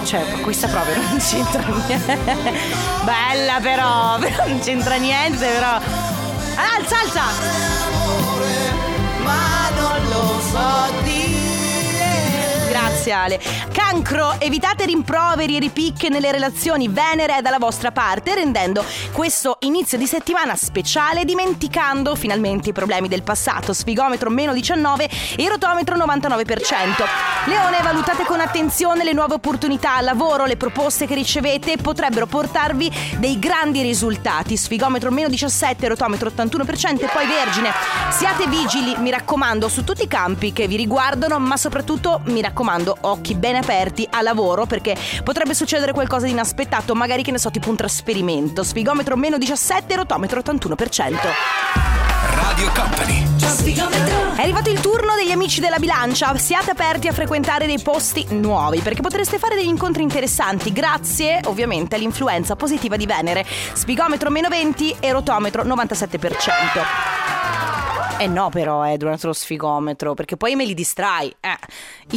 S3: Cioè, questa proprio non c'entra niente. Bella però, però non c'entra niente, però. Alza, alza! Ma non lo so Grazie Ale. Cancro, evitate rimproveri e ripicche nelle relazioni. Venere è dalla vostra parte, rendendo questo inizio di settimana speciale, dimenticando finalmente i problemi del passato. Sfigometro meno 19 e rotometro 99%. Leone, valutate con attenzione le nuove opportunità al lavoro, le proposte che ricevete potrebbero portarvi dei grandi risultati. Sfigometro meno 17, rotometro 81% e poi Vergine. Siate vigili, mi raccomando, su tutti i campi che vi riguardano, ma soprattutto mi raccomando, occhi ben aperti a lavoro perché potrebbe succedere qualcosa di inaspettato, magari che ne so, tipo un trasferimento. Sfigometro meno 17, rotometro 81%.
S19: Radio Company.
S3: È arrivato il turno degli amici della bilancia. Siate aperti a frequentare dei posti nuovi perché potreste fare degli incontri interessanti grazie ovviamente all'influenza positiva di Venere. Spigometro meno 20 e rotometro 97%. Eh no però, eh, durante lo sfigometro, perché poi me li distrai. Eh,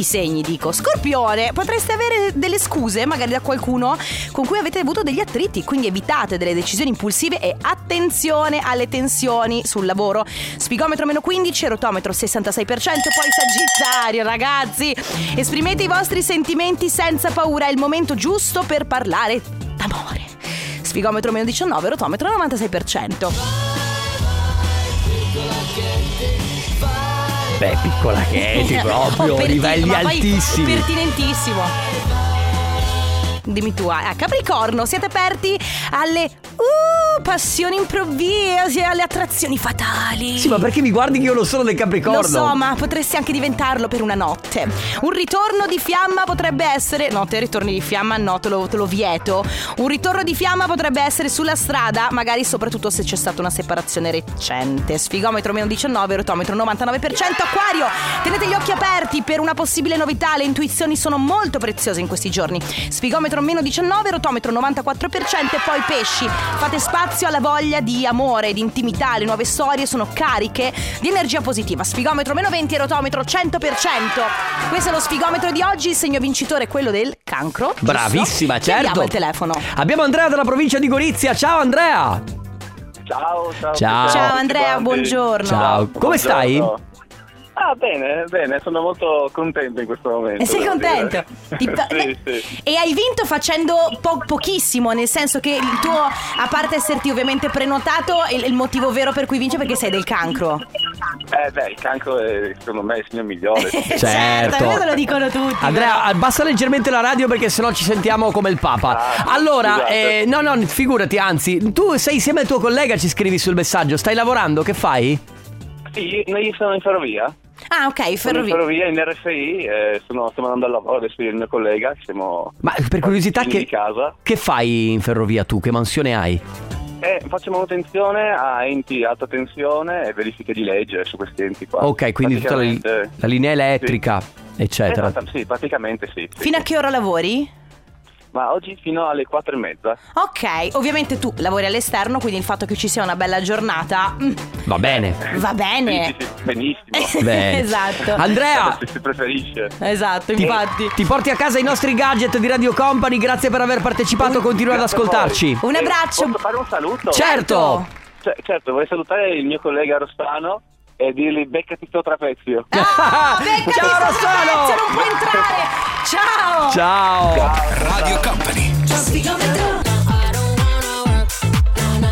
S3: i segni dico. Scorpione, potreste avere delle scuse magari da qualcuno con cui avete avuto degli attriti, quindi evitate delle decisioni impulsive e attenzione alle tensioni sul lavoro. Spigometro meno 15, rotometro 66%, poi Sagittario, ragazzi. Esprimete i vostri sentimenti senza paura, è il momento giusto per parlare d'amore. Spigometro meno 19, rotometro 96%.
S2: Beh, piccola Katie, proprio
S3: Operativo,
S2: livelli
S3: ma poi
S2: altissimi.
S3: Pertinentissimo. Dimmi tu, a Capricorno, siete aperti alle uh, passioni improvvise, alle attrazioni fatali.
S2: Sì, ma perché mi guardi che io non sono del Capricorno?
S3: Lo so, ma potresti anche diventarlo per una notte. Un ritorno di fiamma potrebbe essere. No, te ritorni di fiamma, no, te lo, te lo vieto. Un ritorno di fiamma potrebbe essere sulla strada, magari soprattutto se c'è stata una separazione recente. Sfigometro meno 19, rotometro 99%. Acquario, tenete gli occhi aperti per una possibile novità. Le intuizioni sono molto preziose in questi giorni. Sfigometro meno 19, rotometro 94%. E poi pesci, fate spazio alla voglia di amore, di intimità. Le nuove storie sono cariche di energia positiva. Sfigometro meno 20 e rotometro 100%. Questo è lo sfigometro di oggi. Il segno vincitore è quello del cancro. giusto?
S2: Bravissima,
S3: Chiediamo
S2: certo.
S3: il telefono.
S2: Abbiamo Andrea dalla provincia di Gorizia. Ciao Andrea.
S22: Ciao, ciao.
S2: Ciao.
S3: Ciao, Andrea, buongiorno.
S2: Ciao, come stai?
S22: Buongiorno. Ah, bene, bene, sono molto contento in questo momento.
S3: E sei
S22: devo
S3: contento?
S22: dire.
S3: Ti pa-
S22: sì, sì.
S3: E hai vinto facendo po- pochissimo, nel senso che il tuo, a parte esserti ovviamente prenotato, il, il motivo vero per cui vince è perché sei del cancro.
S22: Eh, beh, il cancro è secondo me il segno migliore.
S2: Certo.
S3: Questo lo dicono tutti.
S2: Andrea, abbassa leggermente la radio perché sennò ci sentiamo come il Papa. Allora,
S22: Ah, scusate.
S2: eh, no, no, figurati, anzi, tu sei insieme al tuo collega, ci scrivi sul messaggio. Stai lavorando, che fai?
S22: Sì, io- io sono in ferrovia.
S3: Ah, ok,
S22: Sono in
S3: ferrovia.
S22: ferrovia, in RFI, eh, sono, stiamo andando al lavoro adesso io e il mio collega, siamo
S2: Ma per curiosità,
S22: vicini
S2: che,
S22: di casa.
S2: che fai in ferrovia tu? Che mansione hai?
S22: Eh, faccio manutenzione a enti di alta tensione e verifiche di legge su questi enti qua.
S2: Ok, quindi tutta la,
S22: Praticamente-
S2: la linea elettrica, eccetera.
S22: Esatto, sì, praticamente sì. sì.
S3: Fino a che ora lavori?
S22: Ma oggi fino alle 4 e mezza.
S3: Ok, ovviamente tu lavori all'esterno, quindi il fatto che ci sia una bella giornata mm,
S2: Va
S22: Eh,
S2: bene.
S3: va bene. Eh,
S22: Benissimo.
S2: Bene.
S3: esatto.
S2: Andrea,
S22: Se si preferisce.
S3: Esatto,
S2: ti,
S3: infatti.
S2: ti porti a casa i nostri gadget di Radio Company. Grazie per aver partecipato. Continua ad
S22: Grazie a voi.
S2: ascoltarci.
S3: Un
S22: Eh,
S3: abbraccio.
S22: Posso fare un saluto?
S2: Certo.
S22: Cioè, certo, vorrei salutare il mio collega Rossano e dirgli beccati sto trapezio.
S3: Ah, beccati
S2: Ciao,
S3: sta
S2: Rossano.
S3: ragazza, non puoi entrare. Ciao.
S2: Ciao.
S19: Radio Company.
S2: Che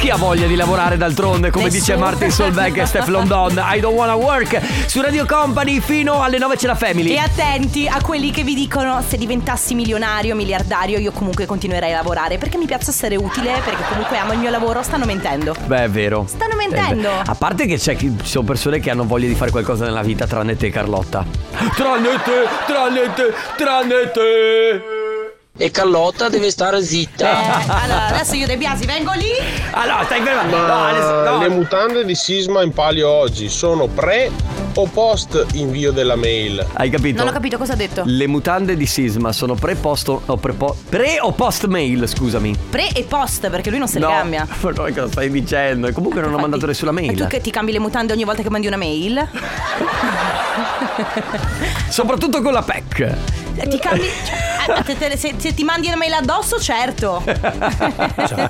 S2: chi ha voglia di lavorare d'altronde, come dice
S12: Nessuno.
S2: Martin Solveig e Steph London. I don't wanna work. Su Radio Company fino alle 9 c'è la family.
S3: E attenti a quelli che vi dicono se diventassi milionario, miliardario, io comunque continuerei a lavorare perché mi piace essere utile, perché comunque amo il mio lavoro, stanno mentendo.
S2: Beh, è vero.
S3: Stanno mentendo.
S2: Eh, beh. a parte che c'è chi- ci sono persone che hanno voglia di fare qualcosa nella vita, tranne te, Carlotta. Tranne te, tranne te, tranne te.
S23: E Carlotta deve stare zitta.
S3: Eh, Allora, adesso io De Biasi vengo lì.
S2: Allora, stai fermando.
S9: Ma Eh, le mutande di Sisma in palio oggi sono pre o post invio della mail?
S2: Hai capito?
S3: Non ho capito cosa ha detto.
S2: Le mutande di Sisma sono pre, posto, o pre, po- pre o post mail, scusami.
S3: Pre e post, perché lui non se
S2: no,
S3: le cambia.
S2: Ma no, cosa stai dicendo? E Comunque non ho mandato nessuna
S3: Ma tu
S2: mail.
S3: che ti cambi le mutande ogni volta che mandi una mail? Eh,
S2: Soprattutto con la PEC.
S3: Ti cambi. cioè, eh, te- te- se, se ti mandi una mail addosso, certo.
S2: Va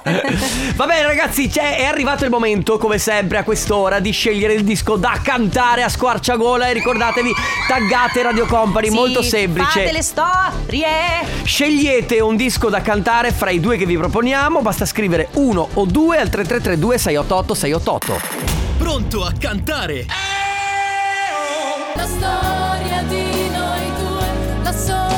S2: bene ragazzi, c'è- è arrivato il momento come sempre a quest'ora di scegliere il disco da cantare a squarciagola e ricordatevi taggate Radio Company,
S3: Sì,
S2: molto semplice.
S3: Fate le storie.
S2: Scegliete un disco da cantare fra i due che vi proponiamo, basta scrivere uno o due al 3332 688 688.
S24: Pronto a cantare?
S25: La storia di noi due, la solitudine.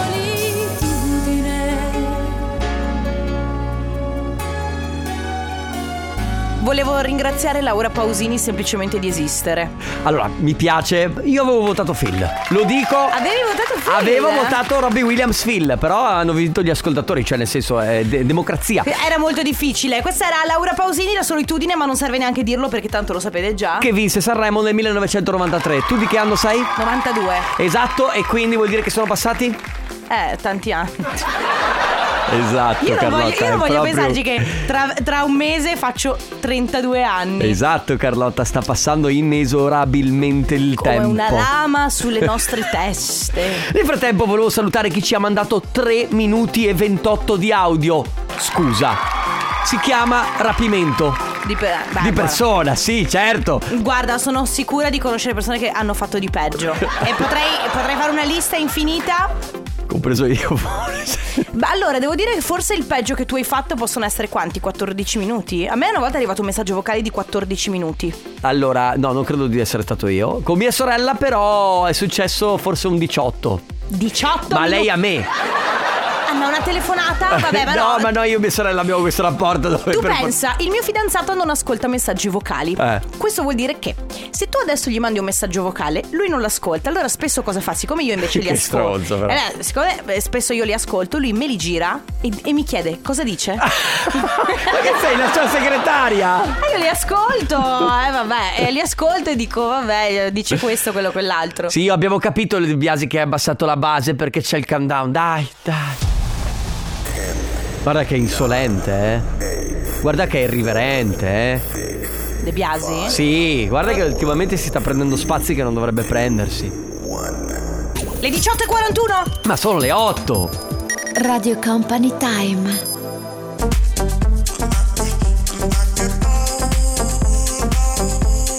S3: Volevo ringraziare Laura Pausini semplicemente di esistere.
S2: Allora, mi piace, io avevo votato Phil, lo dico.
S3: Avevi votato Phil?
S2: Avevo votato Robbie Williams Phil, però hanno vinto gli ascoltatori, cioè nel senso è de- democrazia.
S3: Era molto difficile. Questa era Laura Pausini, la solitudine, ma non serve neanche dirlo perché tanto lo sapete già.
S2: Che vinse Sanremo nel 1993. Tu di che anno sei?
S3: 92.
S2: Esatto, e quindi vuol dire che sono passati?
S3: Eh, tanti anni.
S2: Esatto,
S3: Io non
S2: Carlotta.
S3: voglio, io non
S2: è
S3: voglio
S2: proprio-
S3: pensarci che tra, tra un mese faccio 32 anni.
S2: Esatto, Carlotta, sta passando inesorabilmente il
S3: Come
S2: tempo.
S3: una lama sulle nostre teste.
S2: Nel frattempo volevo salutare chi ci ha mandato 3 minuti e 28 di audio. Scusa. Si chiama rapimento.
S3: Di, pe- beh,
S2: di
S3: guarda.
S2: persona, sì, certo.
S3: Guarda, sono sicura di conoscere persone che hanno fatto di peggio. e potrei, potrei fare una lista infinita.
S2: Compreso io.
S3: Beh, allora, devo dire che forse il peggio che tu hai fatto possono essere quanti? 14 minuti? A me una volta è arrivato un messaggio vocale di 14 minuti.
S2: Allora, no, non credo di essere stato io. Con mia sorella, però, è successo forse un 18.
S3: 18
S2: Ma lei
S3: minuti.
S2: a me.
S3: Ah, ma una telefonata? Vabbè, ma
S2: no, ma no, io e mia sorella abbiamo questo rapporto dove
S3: Tu
S2: per-
S3: pensa, il mio fidanzato non ascolta messaggi vocali.
S2: Eh.
S3: Questo vuol dire che se tu adesso gli mandi un messaggio vocale, lui non l'ascolta. Allora spesso cosa fa? Siccome io invece li
S2: Che
S3: ascolto.
S2: stronzo, però.
S3: Eh, siccome eh, spesso io li ascolto, lui me li gira e, e mi chiede cosa dice.
S2: Ma che sei la sua segretaria?
S3: Ah, io li ascolto, eh vabbè, eh, li ascolto e dico vabbè, eh, dici questo, quello, quell'altro.
S2: Sì, abbiamo capito De Biasi che ha abbassato la base perché c'è il countdown. Dai, dai. Guarda che è insolente, eh. Guarda che è irriverente, eh.
S3: De Biasi?
S2: Sì, guarda che ultimamente si sta prendendo spazi che non dovrebbe prendersi.
S3: Le 18.41?
S2: Ma sono le 8.
S8: Radio Company Time.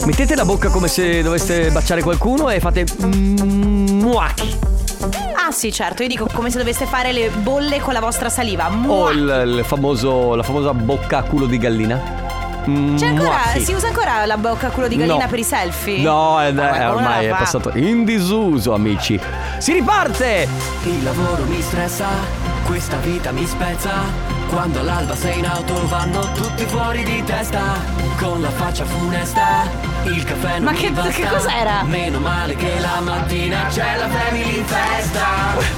S2: Mettete la bocca come se doveste baciare qualcuno e fate muachi.
S3: Ah sì, certo, io dico come se doveste fare le bolle con la vostra saliva.
S2: O
S3: Mua.
S2: il, il famoso, la famosa bocca a culo di gallina.
S3: C'è ancora,
S2: muachi.
S3: si usa ancora la bocca a culo di gallina
S2: No.
S3: per i selfie? Ah,
S2: No, è-
S3: Ma
S2: è-
S3: qualcuno
S2: ormai è
S3: la fa.
S2: passato in disuso, amici. Si riparte!
S12: Il lavoro mi stressa, questa vita mi spezza. Quando all'alba sei in auto vanno tutti fuori di testa. Con la faccia funesta, il caffè non
S3: Ma
S12: mi
S3: che-
S12: basta.
S3: che cos'era?
S12: Meno male che la mattina c'è la family in festa.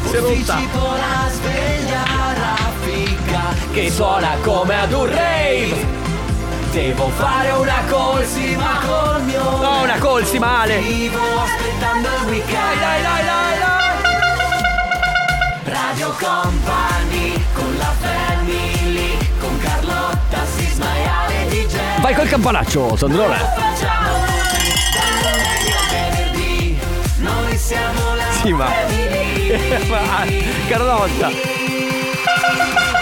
S2: Si è rotta.
S12: Anticipo la sveglia raffica che suona come ad un rave. Devo fare una colsima col mio
S2: No, una colsima, Ale.
S12: Vivo aspettando il weekend Dai, dai, dai, Radio Company con la family Con Carlotta, Sisma e Ale DJ
S2: Vai col campanaccio, Sandrone.
S12: Facciamo da lunedì a venerdì Noi siamo la
S2: Sì, ma-
S12: family
S2: Ma- ah, Carlotta.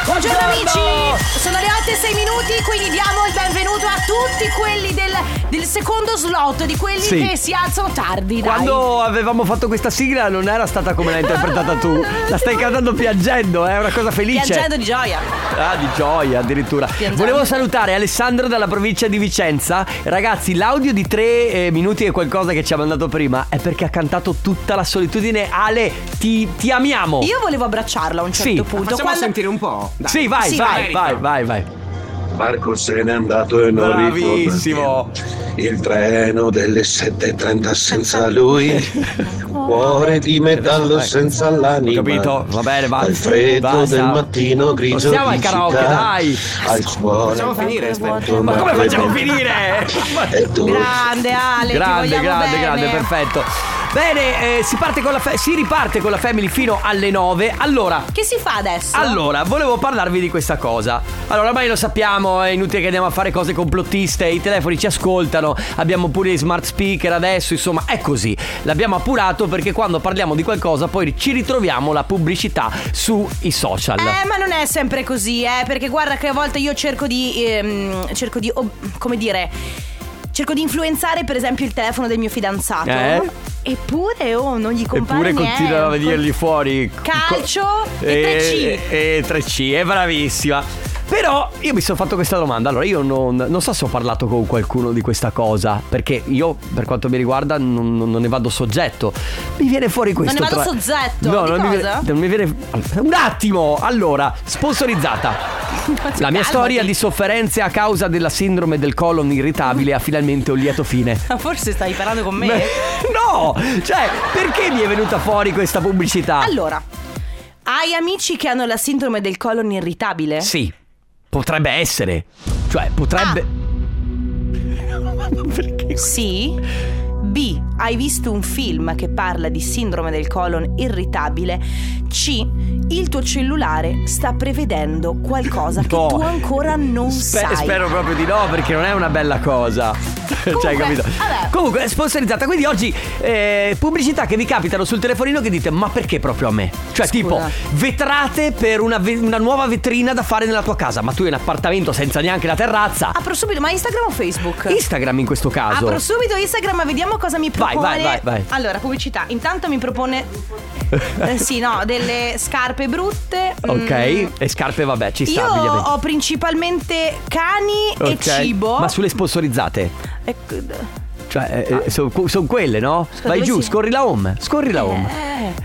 S3: Buongiorno amici, sono le 8 e 6 minuti, quindi diamo il benvenuto a tutti quelli del, del secondo slot, di quelli
S2: Sì.
S3: che si alzano tardi. dai.
S2: Quando avevamo fatto questa sigla non era stata come l'hai interpretata tu. La stai cantando piangendo, è una cosa felice.
S3: Piangendo di gioia.
S2: Ah, di gioia addirittura.
S3: Piangendo.
S2: Volevo salutare Alessandro dalla provincia di Vicenza. Ragazzi, l'audio di tre eh, minuti e qualcosa che ci ha mandato prima è perché ha cantato tutta la solitudine. Ale, ti, ti amiamo.
S3: Io volevo abbracciarla a un certo
S2: Sì.
S3: punto.
S2: Facciamo
S3: sentire
S1: un po'.
S2: Sì, vai,
S3: Sì,
S2: vai, vai,
S1: vai.
S2: vai, vai.
S1: Marco se n'è andato e non
S2: Bravissimo.
S1: ritorna. Il treno delle 7.30 senza lui, cuore di metallo senza l'anima.
S2: Ho capito, va bene, va.
S1: Al freddo
S2: Basta.
S1: del mattino grigio
S2: Stiamo al
S1: di
S2: karaoke,
S1: città,
S2: dai.
S1: Al cuore.
S2: Facciamo finire,
S1: aspetta.
S2: Ma come facciamo a finire?
S1: E tu
S3: Grande Ale, ti
S2: grande,
S3: vogliamo
S2: grande,
S3: bene.
S2: grande, perfetto. Bene, eh, si, parte con la fa- si riparte con la family fino alle 9. Allora,
S3: Che si fa adesso?
S2: allora, volevo parlarvi di questa cosa. Allora, ormai lo sappiamo, è inutile che andiamo a fare cose complottiste, i telefoni ci ascoltano, abbiamo pure i smart speaker adesso, insomma, è così. L'abbiamo appurato perché quando parliamo di qualcosa poi ci ritroviamo la pubblicità sui social.
S3: Eh, ma non è sempre così, eh, perché guarda che a volte io cerco di. ehm, cerco di. ob- come dire. Cerco di influenzare, per esempio, il telefono del mio fidanzato.
S2: Eh?
S3: Eppure, oh, non gli compare
S2: Eppure
S3: niente.
S2: continuano a venirgli eh, fuori
S3: Calcio
S2: e 3C.
S3: e
S2: E 3C, è bravissima. Però io mi sono fatto questa domanda. Allora, io non, non so se ho parlato con qualcuno di questa cosa, perché io, per quanto mi riguarda, non, non- non ne vado soggetto. Mi viene fuori questo.
S3: ne vado
S2: tra-
S3: soggetto?
S2: No,
S3: Di
S2: non, Mi
S3: cosa?
S2: viene, non mi viene. Un attimo! Allora, sponsorizzata.
S3: 3C.
S2: La mia
S3: Calmati.
S2: storia di sofferenze a causa della sindrome del colon irritabile ha finalmente un lieto fine.
S3: Ma Forse stavi parlando con me.
S2: Beh, No! Cioè, perché mi è venuta fuori questa pubblicità?
S3: Allora, hai amici che hanno la sindrome del colon irritabile?
S2: Sì, potrebbe essere. Cioè, potrebbe.
S3: Ah! Sì. B. Hai visto un film che parla di sindrome del colon irritabile? C. Il tuo cellulare sta prevedendo qualcosa
S2: No.
S3: che tu ancora non
S2: Spe-
S3: sai.
S2: spero proprio di no, perché non è una bella cosa. cioè, hai capito?
S3: vabbè.
S2: Comunque, è sponsorizzata. Quindi oggi eh, pubblicità che vi capitano sul telefonino che dite: Ma perché proprio a me? Cioè, tipo, vetrate per una, ve- una nuova vetrina da fare nella tua casa. Ma tu hai un appartamento senza neanche la terrazza.
S3: Apro subito, ma Instagram o Facebook?
S2: Instagram in questo caso.
S3: Apro subito Instagram ma vediamo cosa mi propone.
S2: vai, vai, vai.
S3: Allora, pubblicità. Intanto mi propone eh, sì, no, delle scarpe brutte.
S2: Ok,
S3: Mm,
S2: e scarpe, vabbè, ci sta.
S3: Io
S2: abbigliamento.
S3: ho principalmente cani e
S2: Ok.
S3: cibo.
S2: Ma sulle sponsorizzate?
S3: Ecco, d-
S2: Cioè, sono quelle, no? Vai
S3: dove
S2: giù,
S3: si-
S2: scorri la home. Scorri la home.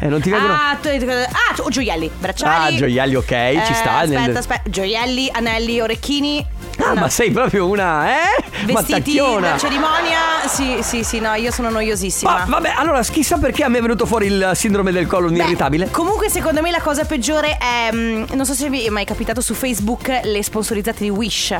S3: Eh.
S2: Eh, non ti vedono.
S3: Ah, tu- ah, gi- gioielli, bracciali. Eh,
S2: Ah, gioielli, ok, ci sta,
S3: Aspetta,
S2: nel-
S3: aspetta, gioielli, anelli, orecchini.
S2: Ah,
S3: no.
S2: ma sei proprio una, eh?
S3: Vestiti
S2: Mattacchiona.
S3: per cerimonia. Sì, sì, sì, no, io sono noiosissima.
S2: Ma vabbè, allora chissà perché a me è venuto fuori il sindrome del colon irritabile.
S3: Comunque, secondo me la cosa peggiore è. mm, Non so se vi è mai capitato su Facebook le sponsorizzate di Wish.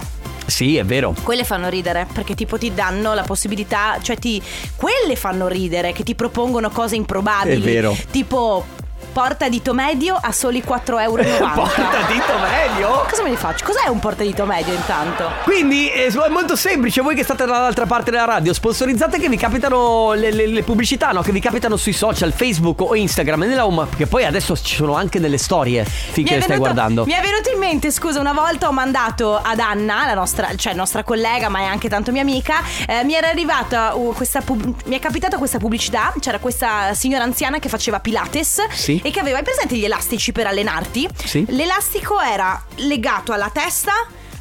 S2: Sì, è vero.
S3: Quelle fanno ridere perché tipo ti danno la possibilità, cioè ti quelle fanno ridere che ti propongono cose improbabili.
S2: È vero.
S3: Tipo portadito medio a soli 4,90 euro.
S2: Portadito medio?
S3: Cosa me ne faccio? Cos'è un portadito medio intanto?
S2: Quindi eh, è molto semplice, voi che state dall'altra parte della radio, sponsorizzate che vi capitano le, le- le pubblicità, no? Che vi capitano sui social, Facebook o Instagram, e nella home, che poi adesso ci sono anche nelle storie finché le
S3: Mi è
S2: stai
S3: venuto-
S2: guardando.
S3: Mi è venuto in mente, scusa, una volta ho mandato ad Anna, la nostra, cioè nostra collega, ma è anche tanto mia amica, eh, mi era arrivata uh, questa pub- mi è capitata questa pubblicità, c'era questa signora anziana che faceva Pilates
S4: Sì.
S3: e che aveva hai presente gli elastici per allenarti?
S4: Sì.
S3: L'elastico era legato alla testa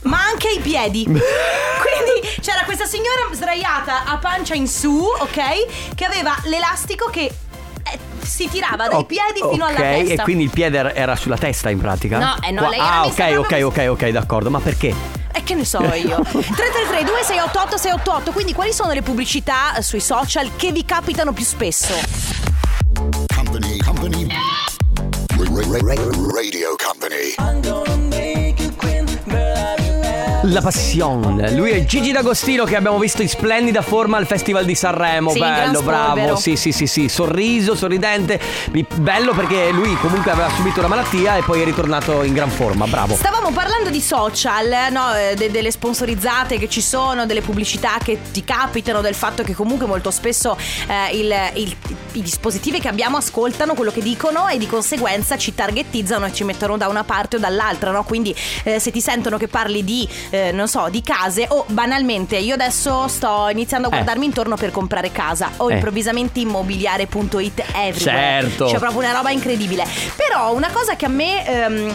S3: ma anche ai piedi. Quindi c'era questa signora sdraiata a pancia in su, ok? Che aveva l'elastico che eh, si tirava dai
S2: O-
S3: piedi fino
S2: ok,
S3: alla testa.
S2: e quindi il piede era- era sulla testa in pratica?
S3: No, eh no,
S2: Qua-
S3: lei era
S2: Ah,
S3: messa
S2: ok, ok, ok, ok, d'accordo. Ma perché?
S3: E Eh, che ne so io 333 2688 688 Quindi quali sono le pubblicità eh, sui social che vi capitano più spesso?
S17: Company, company. Ra- ra- ra- Radio Company.
S2: La passione. Lui è Gigi D'Agostino che abbiamo visto in splendida forma al Festival di Sanremo.
S26: Sì, in gran
S2: bello, bravo.
S26: spolvero.
S2: Sì, sì, sì, sì, sorriso, sorridente. Mi- Bello perché lui comunque aveva subito una malattia e poi è ritornato in gran forma. Bravo.
S3: Stavamo parlando di social, eh, no? Eh, de- delle sponsorizzate che ci sono, delle pubblicità che ti capitano, del fatto che comunque molto spesso eh, il- il- i dispositivi che abbiamo ascoltano quello che dicono e di conseguenza ci targettizzano e ci mettono da una parte o dall'altra, no? Quindi eh, se ti sentono che parli di eh, eh, non so, di case o banalmente io adesso sto iniziando a
S2: Eh.
S3: guardarmi intorno per comprare casa o
S2: Eh.
S3: improvvisamente immobiliare.it everywhere.
S2: Certo.
S3: C'è proprio una roba incredibile. Però una cosa che a me... ehm,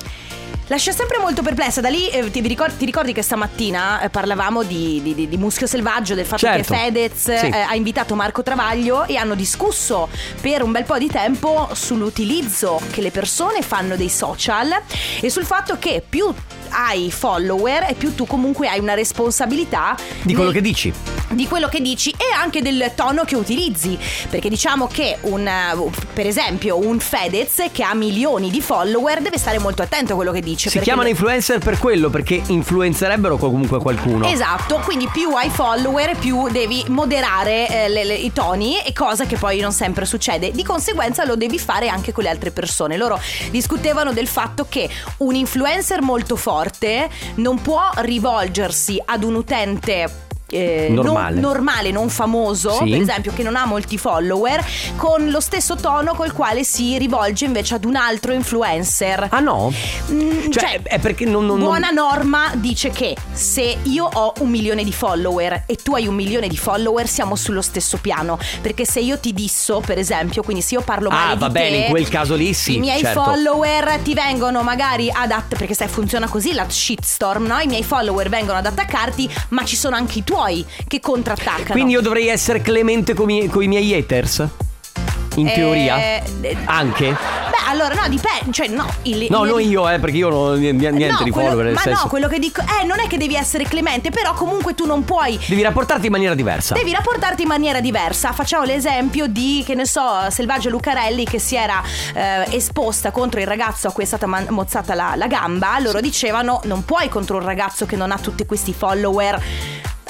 S3: Lascia sempre molto perplessa, da lì eh, ti, vi ricor- ti ricordi che stamattina eh, parlavamo di, di- di- di muschio selvaggio, del fatto
S4: Certo.
S3: che Fedez eh,
S4: Sì.
S3: ha invitato Marco Travaglio e hanno discusso per un bel po' di tempo sull'utilizzo che le persone fanno dei social e sul fatto che più hai follower e più tu comunque hai una responsabilità
S2: Di quello che
S3: nel-
S2: dici.
S3: di quello che dici e anche del tono che utilizzi. Perché diciamo che un, eh, per esempio, un Fedez che ha milioni di follower deve stare molto attento a quello che dice.
S2: Si
S3: perché-
S2: chiamano influencer per quello, perché influenzerebbero co- comunque qualcuno.
S3: Esatto, quindi più hai follower, più devi moderare eh, le- le- i toni, e cosa che poi non sempre succede. Di conseguenza lo devi fare anche con le altre persone. Loro discutevano del fatto che un influencer molto forte non può rivolgersi ad un utente. eh, non-
S2: Normale.
S3: normale, non famoso,
S2: Sì.
S3: per esempio, che non ha molti follower, con lo stesso tono col quale si rivolge invece ad un altro influencer.
S2: Ah no?
S3: Mm,
S2: Cioè, è perché non- non- non-
S3: buona norma dice che se io ho un milione di follower e tu hai un milione di follower siamo sullo stesso piano perché se io ti disso per esempio quindi se io parlo male
S2: Ah,
S3: di
S2: va bene,
S3: te,
S2: in quel caso lì sì.
S3: i miei
S2: certo.
S3: follower ti vengono magari ad att- perché sai funziona così la shitstorm no i miei follower vengono ad attaccarti ma ci sono anche i tuoi che contrattaccano
S2: Quindi io dovrei essere clemente con i miei haters? In
S3: Eh,
S2: teoria?
S3: eh,
S2: Anche?
S3: beh allora no dipende cioè no il,
S2: No,
S3: il-
S2: non io, eh, perché io non ho ni- ni- niente
S3: No,
S2: di
S3: quello-
S2: follower, nel
S3: ma
S2: senso.
S3: no, quello che dico. Eh, non è che devi essere clemente, però comunque tu non puoi.
S2: Devi rapportarti in maniera diversa.
S3: Devi rapportarti in maniera diversa. Facciamo l'esempio di, che ne so, Selvaggia Lucarelli che si era eh, esposta contro il ragazzo a cui è stata man- mozzata la, la gamba. Loro dicevano: non puoi contro un ragazzo che non ha tutti questi follower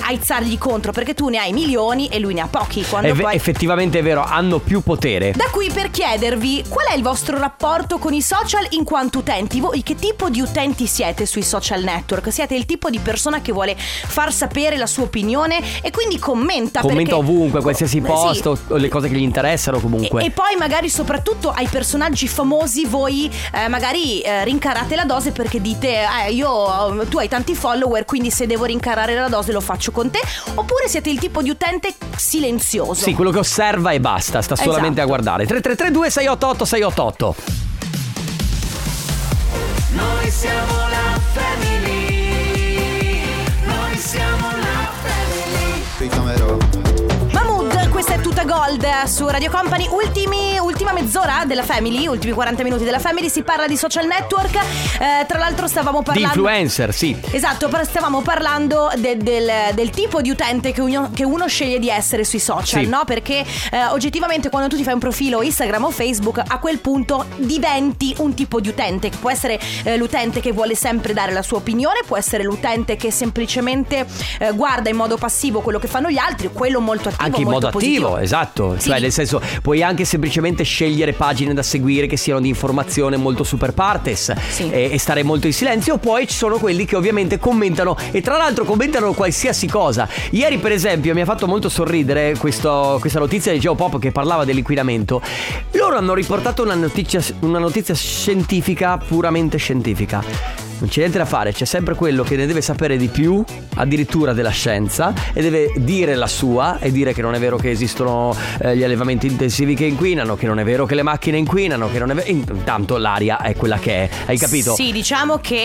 S3: aizzargli contro perché tu ne hai milioni e lui ne ha pochi. Quando
S2: È ve-
S3: poi.
S2: effettivamente è vero, hanno più potere.
S3: Da qui per chiedervi qual è il vostro rapporto con i social in quanto utenti. Voi che tipo di utenti siete sui social network? Siete il tipo di persona che vuole far sapere la sua opinione e quindi commenta
S2: Commenta
S3: perché... Eh
S2: ovunque, qualsiasi
S3: Sì.
S2: posto, le cose che gli interessano comunque.
S3: E poi magari soprattutto ai personaggi famosi voi eh, magari eh, rincarate la dose perché dite "Eh, io tu hai tanti follower quindi se devo rincarare la dose lo faccio con te oppure siete il tipo di utente silenzioso.
S2: Sì, quello che osserva e basta, sta solamente
S3: Esatto.
S2: a guardare. 3332 688 688.
S12: Noi siamo la family. Noi siamo la family.
S3: Mahmood, questa è tutta gold eh, su Radio Company. Ultimi- ultima mezz'ora della Family, ultimi 40 minuti della Family, si parla di social network. Eh, tra l'altro stavamo
S2: Di
S3: parlando.
S2: influencer, sì.
S3: Esatto, però stavamo parlando de- del, del tipo di utente che uno, che uno sceglie di essere sui social,
S2: Sì.
S3: no? Perché eh, oggettivamente quando tu ti fai un profilo Instagram o Facebook, a quel punto diventi un tipo di utente, che può essere eh, l'utente che vuole sempre dare la sua opinione, può essere l'utente che semplicemente eh, guarda in modo passivo quello che fanno gli altri, quello molto attivo.
S2: Anche in
S3: molto
S2: modo attivo,
S3: positivo.
S2: esatto.
S3: Sì.
S2: Cioè, nel senso, puoi anche semplicemente scegliere pagine da seguire che siano di informazione molto super partes e, e stare molto in silenzio. Poi ci sono quelli che ovviamente commentano e tra l'altro commentano qualsiasi cosa. Ieri, per esempio, mi ha fatto molto sorridere questo- questa notizia di Geopop che parlava dell'inquinamento. Loro hanno riportato una notizia, una notizia scientifica, puramente scientifica. Non c'è niente da fare, c'è sempre quello che ne deve sapere di più, addirittura della scienza, e deve dire la sua e dire che non è vero che esistono eh, gli allevamenti intensivi che inquinano, che non è vero che le macchine inquinano, che non è vero. Intanto l'aria è quella che è, hai capito?
S3: Sì, diciamo che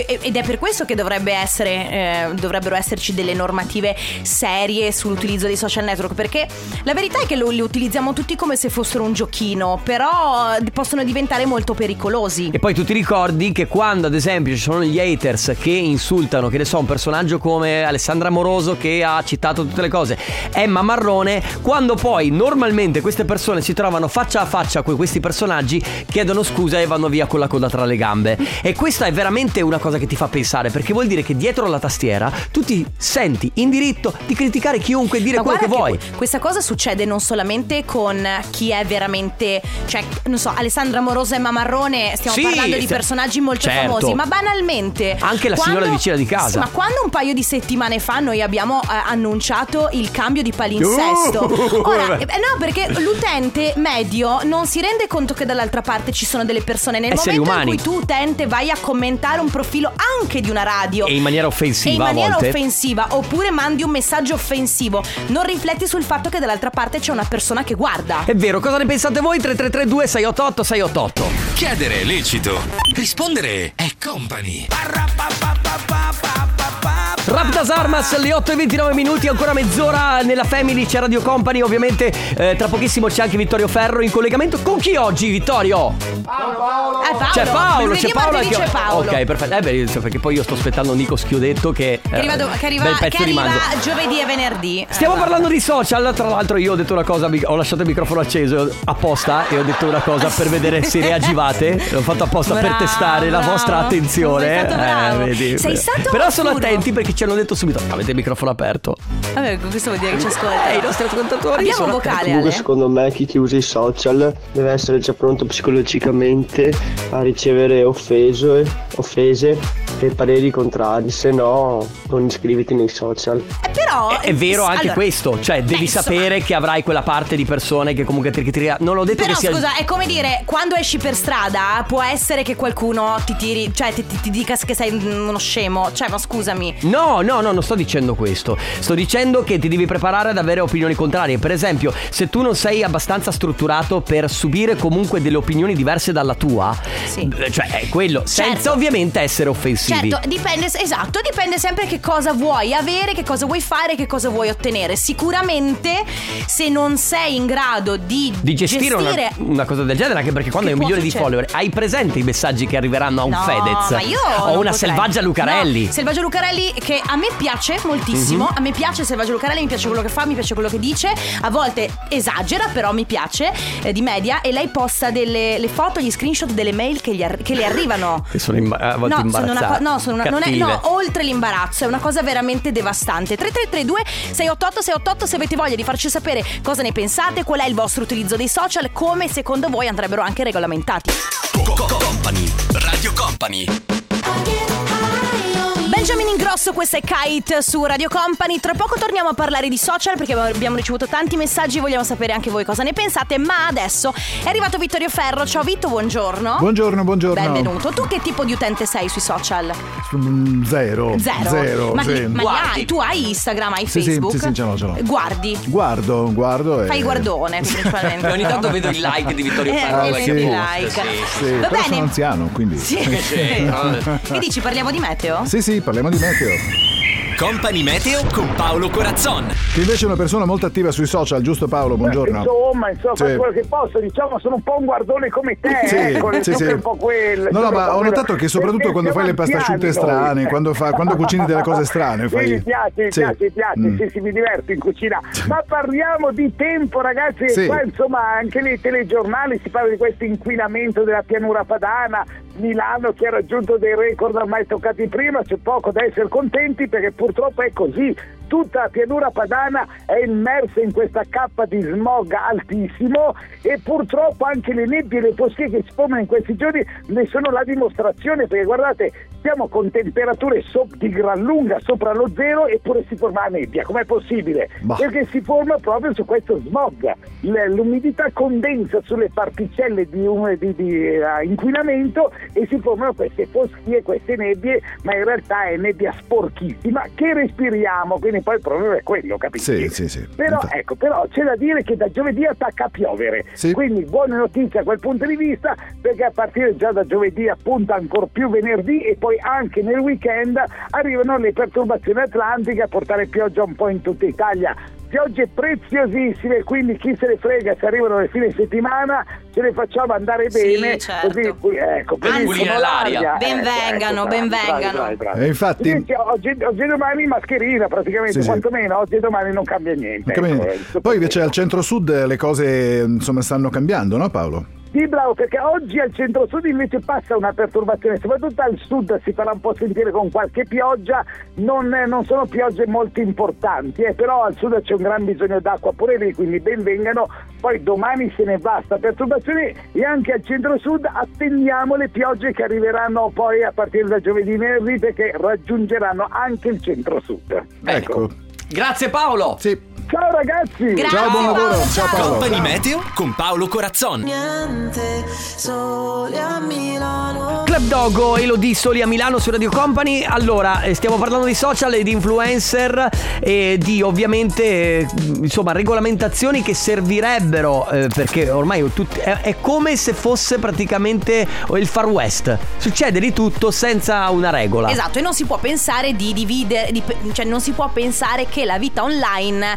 S3: eh, e- ed è per questo che dovrebbe essere, eh, dovrebbero esserci delle normative serie sull'utilizzo dei social network, perché la verità è che lo- li utilizziamo tutti come se fossero un giochino, però eh, possono diventare molto pericolosi.
S2: E poi tu ti ricordi che quando ad esempio ci sono gli haters che insultano, che ne so, un personaggio come Alessandra Moroso che ha citato tutte le cose, Emma Marrone, quando poi normalmente queste persone si trovano faccia a faccia con questi personaggi, chiedono scusa e vanno via con la coda tra le gambe. E questa è veramente una cosa che ti fa pensare, perché vuol dire che dietro la tastiera tu ti senti in diritto di criticare chiunque e dire
S3: Ma
S2: quello che
S3: guarda
S2: vuoi.
S3: que- questa cosa succede non solamente con chi è veramente, cioè, non so, Alessandra Morosa e Emma Marrone, stiamo
S2: Sì,
S3: parlando di
S2: sta-
S3: personaggi molto
S2: certo.
S3: famosi, ma banalmente.
S2: Anche la signora vicina di casa.
S3: Sì, ma quando un paio di settimane fa noi abbiamo eh, annunciato il cambio di palinsesto.
S2: Uh,
S3: Ora,
S2: vabbè.
S3: eh, no, perché l'utente medio non si rende conto che dall'altra parte ci sono delle persone. Nel
S2: Esseri
S3: momento
S2: umani.
S3: in cui tu, utente, vai a commentare un profilo anche di una radio
S2: E in maniera offensiva
S3: e in maniera
S2: a volte.
S3: offensiva oppure mandi un messaggio offensivo, non rifletti sul fatto che dall'altra parte c'è una persona che guarda. Eh,
S2: È vero, cosa ne pensate voi? 3332 688 688
S19: Chiedere è lecito. Rispondere è company.
S2: Raptas Armas, le 8 e 29 minuti, ancora mezz'ora nella Family, c'è Radio Company, ovviamente eh, tra pochissimo c'è anche Vittorio Ferro in collegamento con chi oggi Vittorio?
S3: Eh, Paolo,
S2: C'è Paolo,
S3: lunedì
S2: c'è
S3: e
S2: Paolo,
S3: martedì
S2: anche-
S3: c'è Paolo.
S2: Ok, perfetto. Eh beh, insomma, perché poi io sto aspettando Nico Schiodetto che,
S3: Che arriva, do-
S2: eh,
S3: che arriva-
S2: bel pezzo
S3: che
S2: di
S3: arriva
S2: manzo.
S3: giovedì e venerdì. Eh,
S2: Stiamo
S3: va.
S2: parlando di social, tra l'altro io ho detto una cosa, mi- ho lasciato il microfono acceso apposta e ho detto una cosa per vedere se reagivate, l'ho fatto apposta per
S3: Bravo,
S2: testare la
S3: bravo.
S2: vostra attenzione. eh,
S3: Sei stato bravo. Sei stato
S2: Però sono
S3: furbo.
S2: attenti perché ci hanno detto subito, avete il microfono aperto.
S3: Vabbè, questo vuol dire che ci ascolta.
S2: Eh, i nostri ascoltatori
S3: Abbiamo un
S2: sono
S3: vocale,
S4: Comunque
S3: Ale.
S4: secondo me chi, chi usa i social deve essere già pronto psicologicamente a ricevere offese, offese e pareri contrari, se no non iscriviti nei social.
S3: Eh, Però
S2: È vero anche
S3: allora,
S2: questo, cioè devi
S3: insomma.
S2: sapere che avrai quella parte di persone che comunque ti ritira. Non ho detto
S3: Però
S2: che sia
S3: scusa, è come dire, quando esci per strada può essere che qualcuno ti tiri, cioè ti, ti- ti dica che sei uno scemo. Cioè, ma scusami.
S2: No, no, no, non sto dicendo questo. Sto dicendo che ti devi preparare ad avere opinioni contrarie. Per esempio, se tu non sei abbastanza strutturato per subire comunque delle opinioni diverse dalla tua, eh, cioè è quello, senza ovviamente essere offensivi.
S3: Certo, dipende, esatto, dipende sempre che cosa vuoi avere, che cosa vuoi fare, che cosa vuoi ottenere. Sicuramente se non sei in grado di,
S2: Di gestire, una-
S3: gestire-
S2: Una, cosa del genere, anche perché quando
S3: Che
S2: hai un
S3: può
S2: milione di
S3: succedere?
S2: follower, hai presente i messaggi che arriveranno a un
S3: No,
S2: Fedez
S3: ma io non
S2: o una
S3: potrei.
S2: selvaggia Lucarelli.
S3: No, selvaggia Lucarelli che a me piace moltissimo.
S2: Mhm.
S3: A me piace Selvaggia Lucarelli, mi piace quello che fa, mi piace quello che dice. A volte esagera, però mi piace eh, di media. E lei posta delle le foto, gli screenshot delle mail che, gli arri- che le arrivano.
S2: Che sono imba- a volte
S3: No, sono una co-
S2: imbarazzate,
S3: no, sono una, non è,
S2: cattive.
S3: no, oltre l'imbarazzo, è una cosa veramente devastante. 3332 688 688 se avete voglia di farci sapere cosa ne pensate, qual è il vostro utilizzo dei social, come secondo voi andrebbero anche regolamentati.
S19: Company. Radio Company.
S3: Benjamin Ingrosso, questa è Kite su Radio Company. Tra poco torniamo a parlare di social perché abbiamo ricevuto tanti messaggi e vogliamo sapere anche voi cosa ne pensate. Ma adesso è arrivato Vittorio Ferro. Ciao Vitto, buongiorno.
S7: Buongiorno, buongiorno.
S3: Benvenuto. Tu che tipo di utente sei sui social?
S7: Mm, Zero.
S3: Zero.
S7: Zero.
S3: ma
S7: sì.
S3: ma li hai? Tu hai Instagram, hai
S7: Sì, sì,
S3: Facebook?
S7: sì, sì, ce l'ho, ce l'ho.
S3: Guardi.
S7: Guardo, guardo. e-
S3: Fai guardone principalmente.
S7: Ogni tanto vedo
S2: il like di Vittorio
S3: Eh,
S2: Ferro,
S7: Ah,
S2: like
S7: sì.
S2: a
S7: Sì,
S2: post,
S3: like.
S7: Sì,
S3: Va
S7: però
S3: bene.
S7: sono anziano, quindi.
S3: Sì. Che dici, parliamo di meteo?
S7: Sì, sì, parliamo di meteo.
S19: Company Meteo con Paolo Corazzon.
S7: Che invece è una persona molto attiva sui social, giusto Paolo? Buongiorno.
S26: Insomma, insomma,
S7: Sì.
S26: faccio quello che posso, diciamo, sono un po' un guardone come te,
S7: Sì,
S26: ecco,
S7: sì,
S26: sono
S7: sì.
S26: un po' quello.
S7: No, no,
S26: sono un
S7: ma
S26: po'
S7: ho
S26: quello.
S7: notato che soprattutto
S26: Perché
S7: quando fai le
S26: siamo
S7: paste asciutte
S26: anziani noi.
S7: strane, quando, fa- quando cucini delle cose strane, fai.
S26: Sì, mi piace, mi
S7: Sì.
S26: piace, mi piace,
S7: Mm.
S26: sì, sì, mi diverto in cucina. Ma parliamo di tempo, ragazzi, e
S7: Sì.
S26: qua insomma anche nei telegiornali si parla di questo inquinamento della pianura padana, Milano che ha raggiunto dei record ormai toccati prima, c'è poco da essere contenti perché purtroppo è così. Tutta la pianura padana è immersa in questa cappa di smog altissimo e purtroppo anche le nebbie e le foschie che si formano in questi giorni ne sono la dimostrazione perché guardate siamo con temperature so- di gran lunga sopra lo zero eppure si forma la nebbia, com'è possibile?
S7: Bah.
S26: Perché si forma proprio su questo smog, L- l'umidità condensa sulle particelle di, um- di- di, eh, inquinamento e si formano queste foschie, queste nebbie, ma in realtà è nebbia sporchissima che respiriamo, quindi poi il problema è quello, capisci?
S7: Sì, sì, sì.
S26: Però, ecco, però c'è da dire che da giovedì attacca a piovere, quindi buone notizie a quel punto di vista perché a partire già da giovedì appunto ancora più venerdì e poi anche nel weekend arrivano le perturbazioni atlantiche a portare pioggia un po' in tutta Italia. Piogge preziosissime, quindi chi se ne frega se arrivano le fine settimana, ce le facciamo andare
S3: Sì,
S26: bene,
S3: certo.
S26: così qui- ecco,
S3: Anzi,
S26: pulire l'aria.
S3: ben
S26: Ecco,
S3: vengano,
S26: ecco,
S3: ben
S26: bravi, bravi,
S3: vengano.
S26: bravi, bravi.
S7: E infatti-
S26: Invece oggi, oggi e domani mascherina praticamente,
S7: Sì, sì.
S26: quantomeno oggi e domani non cambia niente.
S7: Capito?
S26: ecco.
S7: eh, Poi invece al centro-sud le cose insomma stanno cambiando, no Paolo?
S26: Sì, bravo, perché oggi al centro-sud invece passa una perturbazione, soprattutto al sud si farà un po' sentire con qualche pioggia, non, eh, non sono piogge molto importanti, eh, però al sud c'è un gran bisogno d'acqua pure lì, quindi benvengano, poi domani se ne va sta perturbazione e anche al centro-sud attendiamo le piogge che arriveranno poi a partire da giovedì e venerdì perché raggiungeranno anche il centro-sud.
S7: Ecco.
S2: Grazie Paolo.
S26: Ciao ragazzi!
S7: Ciao, buon lavoro. Ciao Paolo.
S24: Company Meteo con Paolo Corazzon.
S5: Niente, sole a Milano.
S2: Club Dogo e lo di Soli a Milano su Radio Company. Allora, eh, stiamo parlando di social e di influencer e di ovviamente eh, insomma regolamentazioni che servirebbero eh, perché ormai tutti- è, è come se fosse praticamente il Far West. Succede di tutto senza una regola.
S3: Esatto, e non si può pensare di dividere, di pe- cioè non si può pensare che la vita online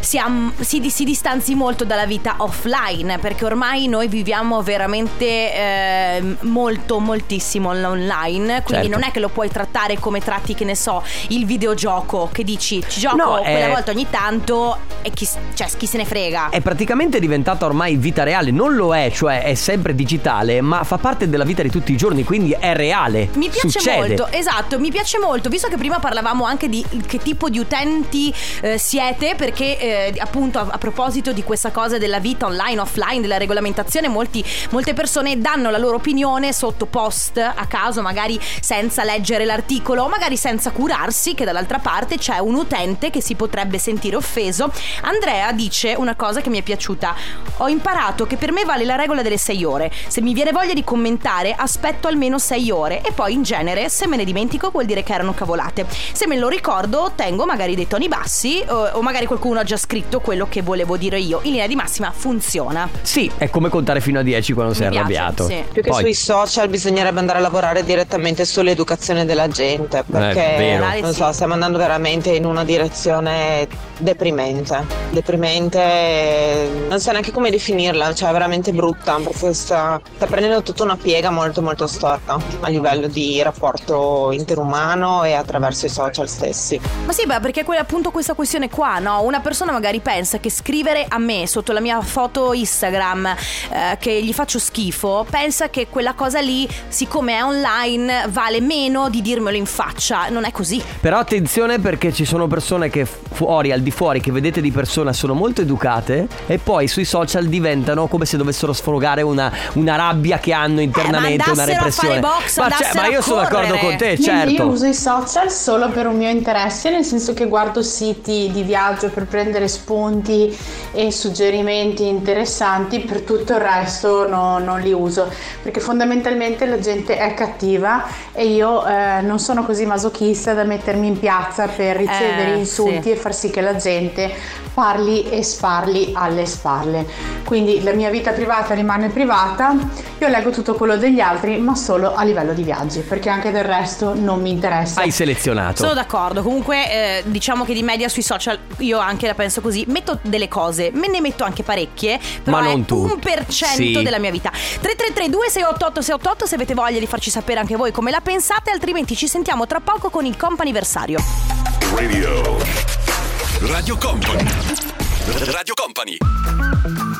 S3: sia- si, di- si distanzi molto dalla vita offline, perché ormai noi viviamo veramente eh, molto, moltissimo l'online, quindi
S2: Certo.
S3: non è che lo puoi trattare come tratti, che ne so, il videogioco, che dici ci gioco
S2: No, eh,
S3: quella
S2: è-
S3: volta ogni tanto e chi, s- cioè, chi se ne frega.
S2: È praticamente diventata ormai vita reale, non lo è, cioè è sempre digitale, ma fa parte della vita di tutti i giorni, quindi è reale.
S3: Mi piace
S2: Succede.
S3: molto, esatto, mi piace molto, visto che prima parlavamo anche di che tipo di utenti eh, siete, perché eh, appunto a, a proposito di questa cosa della vita online, offline, della regolamentazione, molti- molte persone danno la loro opinione sotto post a caso, magari senza leggere l'articolo, o magari senza curarsi che dall'altra parte c'è un utente che si potrebbe sentire offeso. Andrea dice una cosa che mi è piaciuta, ho imparato che per me vale la regola delle 6 ore, se mi viene voglia di commentare aspetto almeno 6 ore e poi in genere se me ne dimentico vuol dire che erano cavolate, se me lo ricordo tengo magari dei toni bassi eh, o magari qualcuno ha già scritto quello che volevo dire io, in linea di massima funziona.
S2: Sì, è come contare fino a 10 quando sei
S3: Mi piace,
S2: arrabbiato.
S3: sì.
S5: Più che
S2: Poi-
S5: sui social bisognerebbe andare a lavorare direttamente sull'educazione della gente perché
S2: Eh, vero.
S5: non so, stiamo andando veramente in una direzione deprimente, deprimente, eh, non so neanche come definirla, cioè è veramente brutta perché sta, sta prendendo tutta una piega molto molto storta a livello di rapporto interumano e attraverso i social stessi.
S3: Ma sì, beh, perché è appunto questa questione qua, no? Una persona magari pensa che scrivere a me sotto la mia foto Instagram eh, che gli faccio schifo, pensa che quella cosa lì, siccome è online, vale meno di dirmelo in faccia. Non è così.
S2: Però attenzione perché ci sono persone che fuori, al di fuori, che vedete di persona sono molto educate e poi sui social diventano come se dovessero sfogare una, una rabbia che hanno internamente, una
S10: Eh, andassero a
S2: repressione.
S10: fare box,
S2: ma, cioè,
S10: andassero
S2: ma
S10: a
S2: io sono d'accordo
S10: correre.
S2: con
S5: Eh,
S2: te,
S10: Quindi
S2: certo.
S10: Io uso i social solo per un mio interesse, nel senso che guardo siti di viaggio per prendere spunti e suggerimenti interessanti, per tutto il resto no- non li uso, perché fondamentalmente la gente è cattiva e io eh, non sono così masochista da mettermi in piazza per ricevere
S5: Eh,
S10: insulti
S5: sì.
S10: e far sì che la gente parli e sparli alle spalle. Quindi la mia vita privata rimane privata, io leggo tutto quello degli altri, ma solo a livello di viaggi, perché anche del resto non mi interessa.
S2: Hai selezionato.
S10: Sono
S3: Sono d'accordo, comunque eh, diciamo che di media sui social io anche la penso così, metto delle cose, me ne metto anche parecchie, però
S2: Ma non
S3: è
S2: tutte.
S3: un per cento
S2: Sì.
S3: della mia vita. 3332 688 688 se avete voglia di farci sapere anche voi come la pensate, altrimenti ci sentiamo tra poco con il comp'anniversario.
S19: Radio. Radio Company. Radio Company.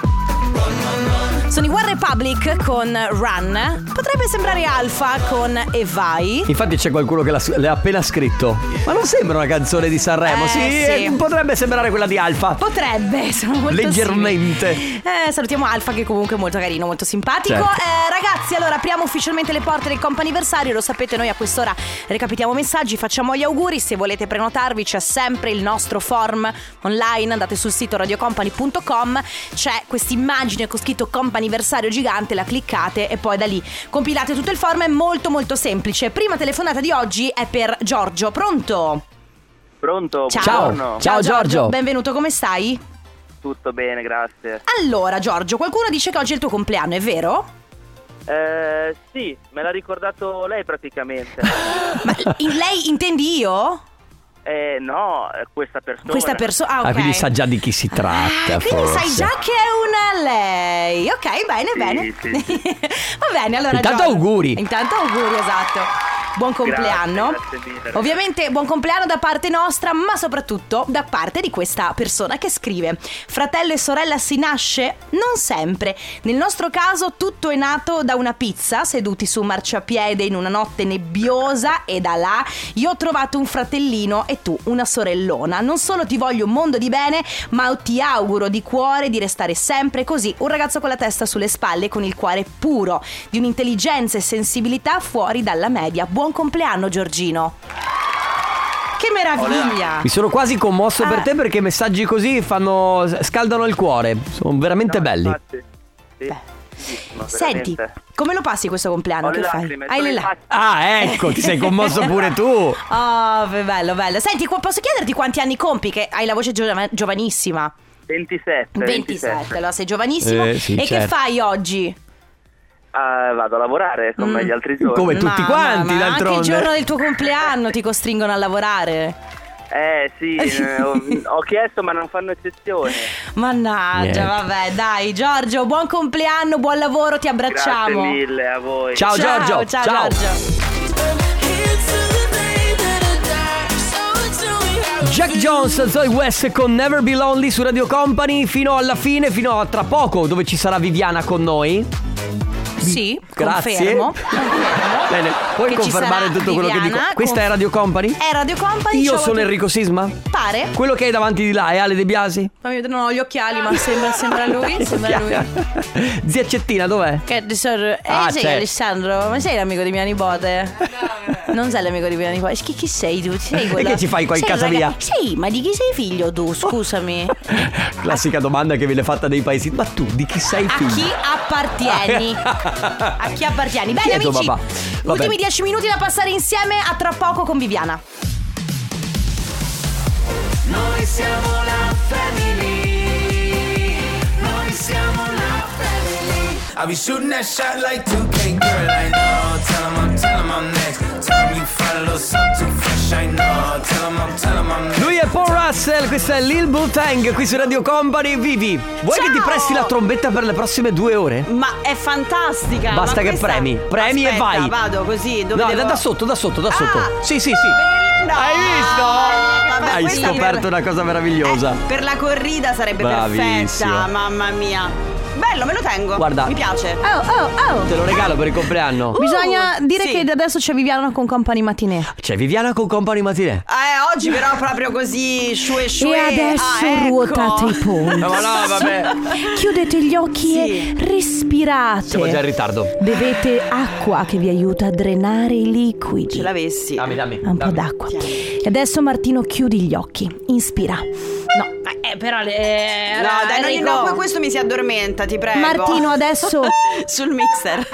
S3: Sono i One Republic con Run, potrebbe sembrare Alfa con E vai.
S2: Infatti c'è qualcuno che l'ha, l'ha appena scritto. Ma non sembra una canzone di Sanremo?
S3: Eh,
S2: sì,
S3: sì.
S2: eh, potrebbe sembrare quella di Alfa.
S3: Potrebbe, sono molto
S2: Leggermente.
S3: simili. Eh, salutiamo Alfa che comunque è molto carino, molto simpatico.
S2: Certo.
S3: Eh, ragazzi, allora apriamo ufficialmente le porte del comp'anniversario, lo sapete noi a quest'ora recapitiamo messaggi, facciamo gli auguri, se volete prenotarvi c'è sempre il nostro form online, andate sul sito radiocompany.com, c'è quest'immagine con scritto comp'anniversario gigante, la cliccate e poi da lì compilate tutto il form, è molto molto semplice. Prima telefonata di oggi è per Giorgio, pronto?
S18: Pronto?
S2: Ciao, ciao Giorgio.
S3: Benvenuto, come stai?
S18: Tutto bene, grazie.
S3: Allora, Giorgio, qualcuno dice che oggi è il tuo compleanno, è vero?
S18: Eh, sì, me l'ha ricordato lei praticamente.
S3: In- lei intendi io?
S18: Eh, no, eh, questa persona.
S3: Questa persona. Ah, ok. Ah,
S2: Ah, quindi sa già di chi si tratta.
S3: Quindi
S2: forse.
S3: sai già che è una lei. Ok, bene, bene. Va bene, allora.
S2: Intanto
S3: Giorgio-
S2: auguri.
S3: Intanto auguri, esatto. Buon compleanno.
S26: Grazie, grazie mille,
S3: Ovviamente buon compleanno da parte nostra, ma soprattutto da parte di questa persona che scrive: Fratello e sorella si nasce? Non sempre. Nel nostro caso tutto è nato da una pizza, seduti su un marciapiede in una notte nebbiosa e da là io ho trovato un fratellino e tu una sorellona. Non solo ti voglio un mondo di bene, ma ti auguro di cuore di restare sempre così, un ragazzo con la testa sulle spalle e con il cuore puro, di un'intelligenza e sensibilità fuori dalla media. Buon compleanno Giorgino. Che meraviglia!
S2: Mi sono quasi commosso per
S3: Ah.
S2: te perché messaggi così fanno scaldano il cuore. Sono veramente belli.
S3: Senti, come lo passi questo compleanno?
S2: Ho
S3: che
S2: le
S3: fai?
S2: lacrime,
S3: Hai
S2: sono
S3: le
S2: in
S3: lacrime.
S2: Ah, ecco, ti sei commosso pure tu.
S3: Oh, beh, bello, bello. Senti, qu- posso chiederti quanti anni compi? Che hai la voce giova- giovanissima.
S26: 27.
S3: 27, allora sei giovanissimo.
S26: Eh, sì,
S3: e che
S26: certo.
S3: fai oggi?
S26: Ah, vado a lavorare come
S3: Mm.
S26: gli altri giorni.
S3: Mamma, ma Anche il giorno del tuo compleanno ti costringono a lavorare.
S26: Eh sì, eh, ho, ho chiesto ma non fanno eccezione.
S3: Mannaggia,
S26: Niente.
S3: vabbè, dai, Giorgio, buon compleanno, buon lavoro, ti abbracciamo.
S26: Grazie mille a voi.
S3: Ciao, Ciao, Giorgio, ciao, ciao. Giorgio.
S2: Jack Jones, Zoe West con Never Be Lonely su Radio Company fino alla fine, fino a tra poco, dove ci sarà Viviana con noi.
S3: Sì,
S2: Grazie.
S3: confermo.
S2: Bene, puoi
S3: Che ci
S2: confermare
S3: sarà
S2: tutto quello che dico.
S3: Viviana,
S2: Questa
S3: conf-
S2: è Radio Company?
S3: È Radio Company.
S2: Io
S3: ciao a
S2: sono
S3: tutti.
S2: Enrico Sisma?
S3: Pare.
S2: Quello che hai davanti di là è Ale De Biasi?
S3: Fammi vedere, non ho gli occhiali,
S2: Ah.
S3: ma sembra, sembra lui. Sembra lui.
S2: Zia Cettina, dov'è?
S3: Che eh,
S2: Ah,
S3: sei
S2: c'è.
S3: Alessandro, ma sei l'amico di mia nipote? Non sei l'amico di mia nipote. Chi, chi sei tu? Sei
S2: E
S3: quella-
S2: che ci fai qua in
S3: sei
S2: casa
S3: raga-
S2: mia?
S3: Sì, ma di chi sei figlio tu? Scusami.
S2: Classica domanda che viene fatta dai paesi. Ma tu di chi sei
S3: A
S2: figlio?
S3: chi appartieni? A chi appartieni?
S2: Chi
S3: Bene,
S2: è tuo
S3: amici.
S2: papà? Vabbè.
S3: Ultimi dieci minuti da passare insieme a tra poco con Viviana.
S12: Noi siamo la family. Noi siamo la family. I be shooting that shot like 2K, girl. I know. Tell 'em I'm, tell 'em I'm next. Tell 'em you follow something fresh. I know. Tell 'em I'm, tell 'em I'm next.
S2: Lui è Paul Russell, questa è Lil Bull Tang qui su Radio Company. Vivi, vuoi che ti
S3: Ciao!
S2: presti la trombetta per le prossime due ore?
S3: Ma è fantastica.
S2: Basta
S3: ma
S2: che
S3: questa-
S2: premi, premi
S3: Aspetta,
S2: e vai.
S3: Vado così. Dove
S2: no,
S3: devo-
S2: da, da sotto, da sotto, da sotto. sì, sì, sì.
S3: No,
S2: Hai visto?
S3: vabbè,
S2: Hai
S3: questa
S2: scoperto
S3: per- Eh,
S2: una cosa meravigliosa.
S6: Per la corrida sarebbe
S2: Bravissimo.
S6: perfetta, mamma mia. Bello, me lo tengo.
S2: Guarda.
S6: Mi piace.
S3: Oh, oh, oh.
S2: Te lo regalo per il compleanno.
S3: Bisogna dire che adesso c'è Viviana con Company Matinee.
S2: C'è Viviana con Company Matinee.
S3: Ah!
S6: Eh, oggi però proprio così, sciue sciue.
S3: E adesso
S6: Ah, ecco.
S3: ruotate i polsi.
S2: No, Eh, ma no, vabbè.
S3: Chiudete gli occhi e respirate.
S2: Siamo già in ritardo.
S3: Bevete acqua che vi aiuta a drenare i liquidi. Ce
S6: l'avessi.
S2: Dammi, dammi.
S3: Un po' d'acqua. E adesso Martino chiudi gli occhi. Inspira. No,
S6: Eh, però le... No, dai, non-
S3: Enrico.
S6: no, poi questo mi si addormenta, ti prego.
S3: Martino, adesso-
S6: Sul mixer.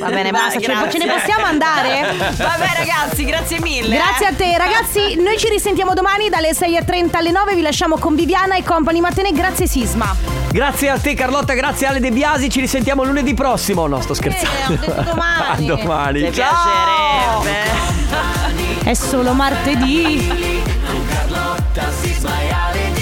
S3: va bene,
S6: Va,
S3: basta. Ce ne, ce ne
S6: grazie.
S3: possiamo andare?
S6: Vabbè, ragazzi, grazie mille.
S3: Grazie
S6: eh.
S3: a te ragazzi, noi ci risentiamo domani dalle 6.30 alle 9, vi lasciamo con Viviana e Company Matene, grazie Sisma.
S2: Grazie a te Carlotta, grazie a Ale De Biasi, ci risentiamo lunedì prossimo. No, sto scherzando.
S3: domani.
S2: a Eh, domani.
S6: Ti
S2: Ciao.
S6: piacerebbe.
S3: È solo martedì.
S12: Carlotta, si smaia le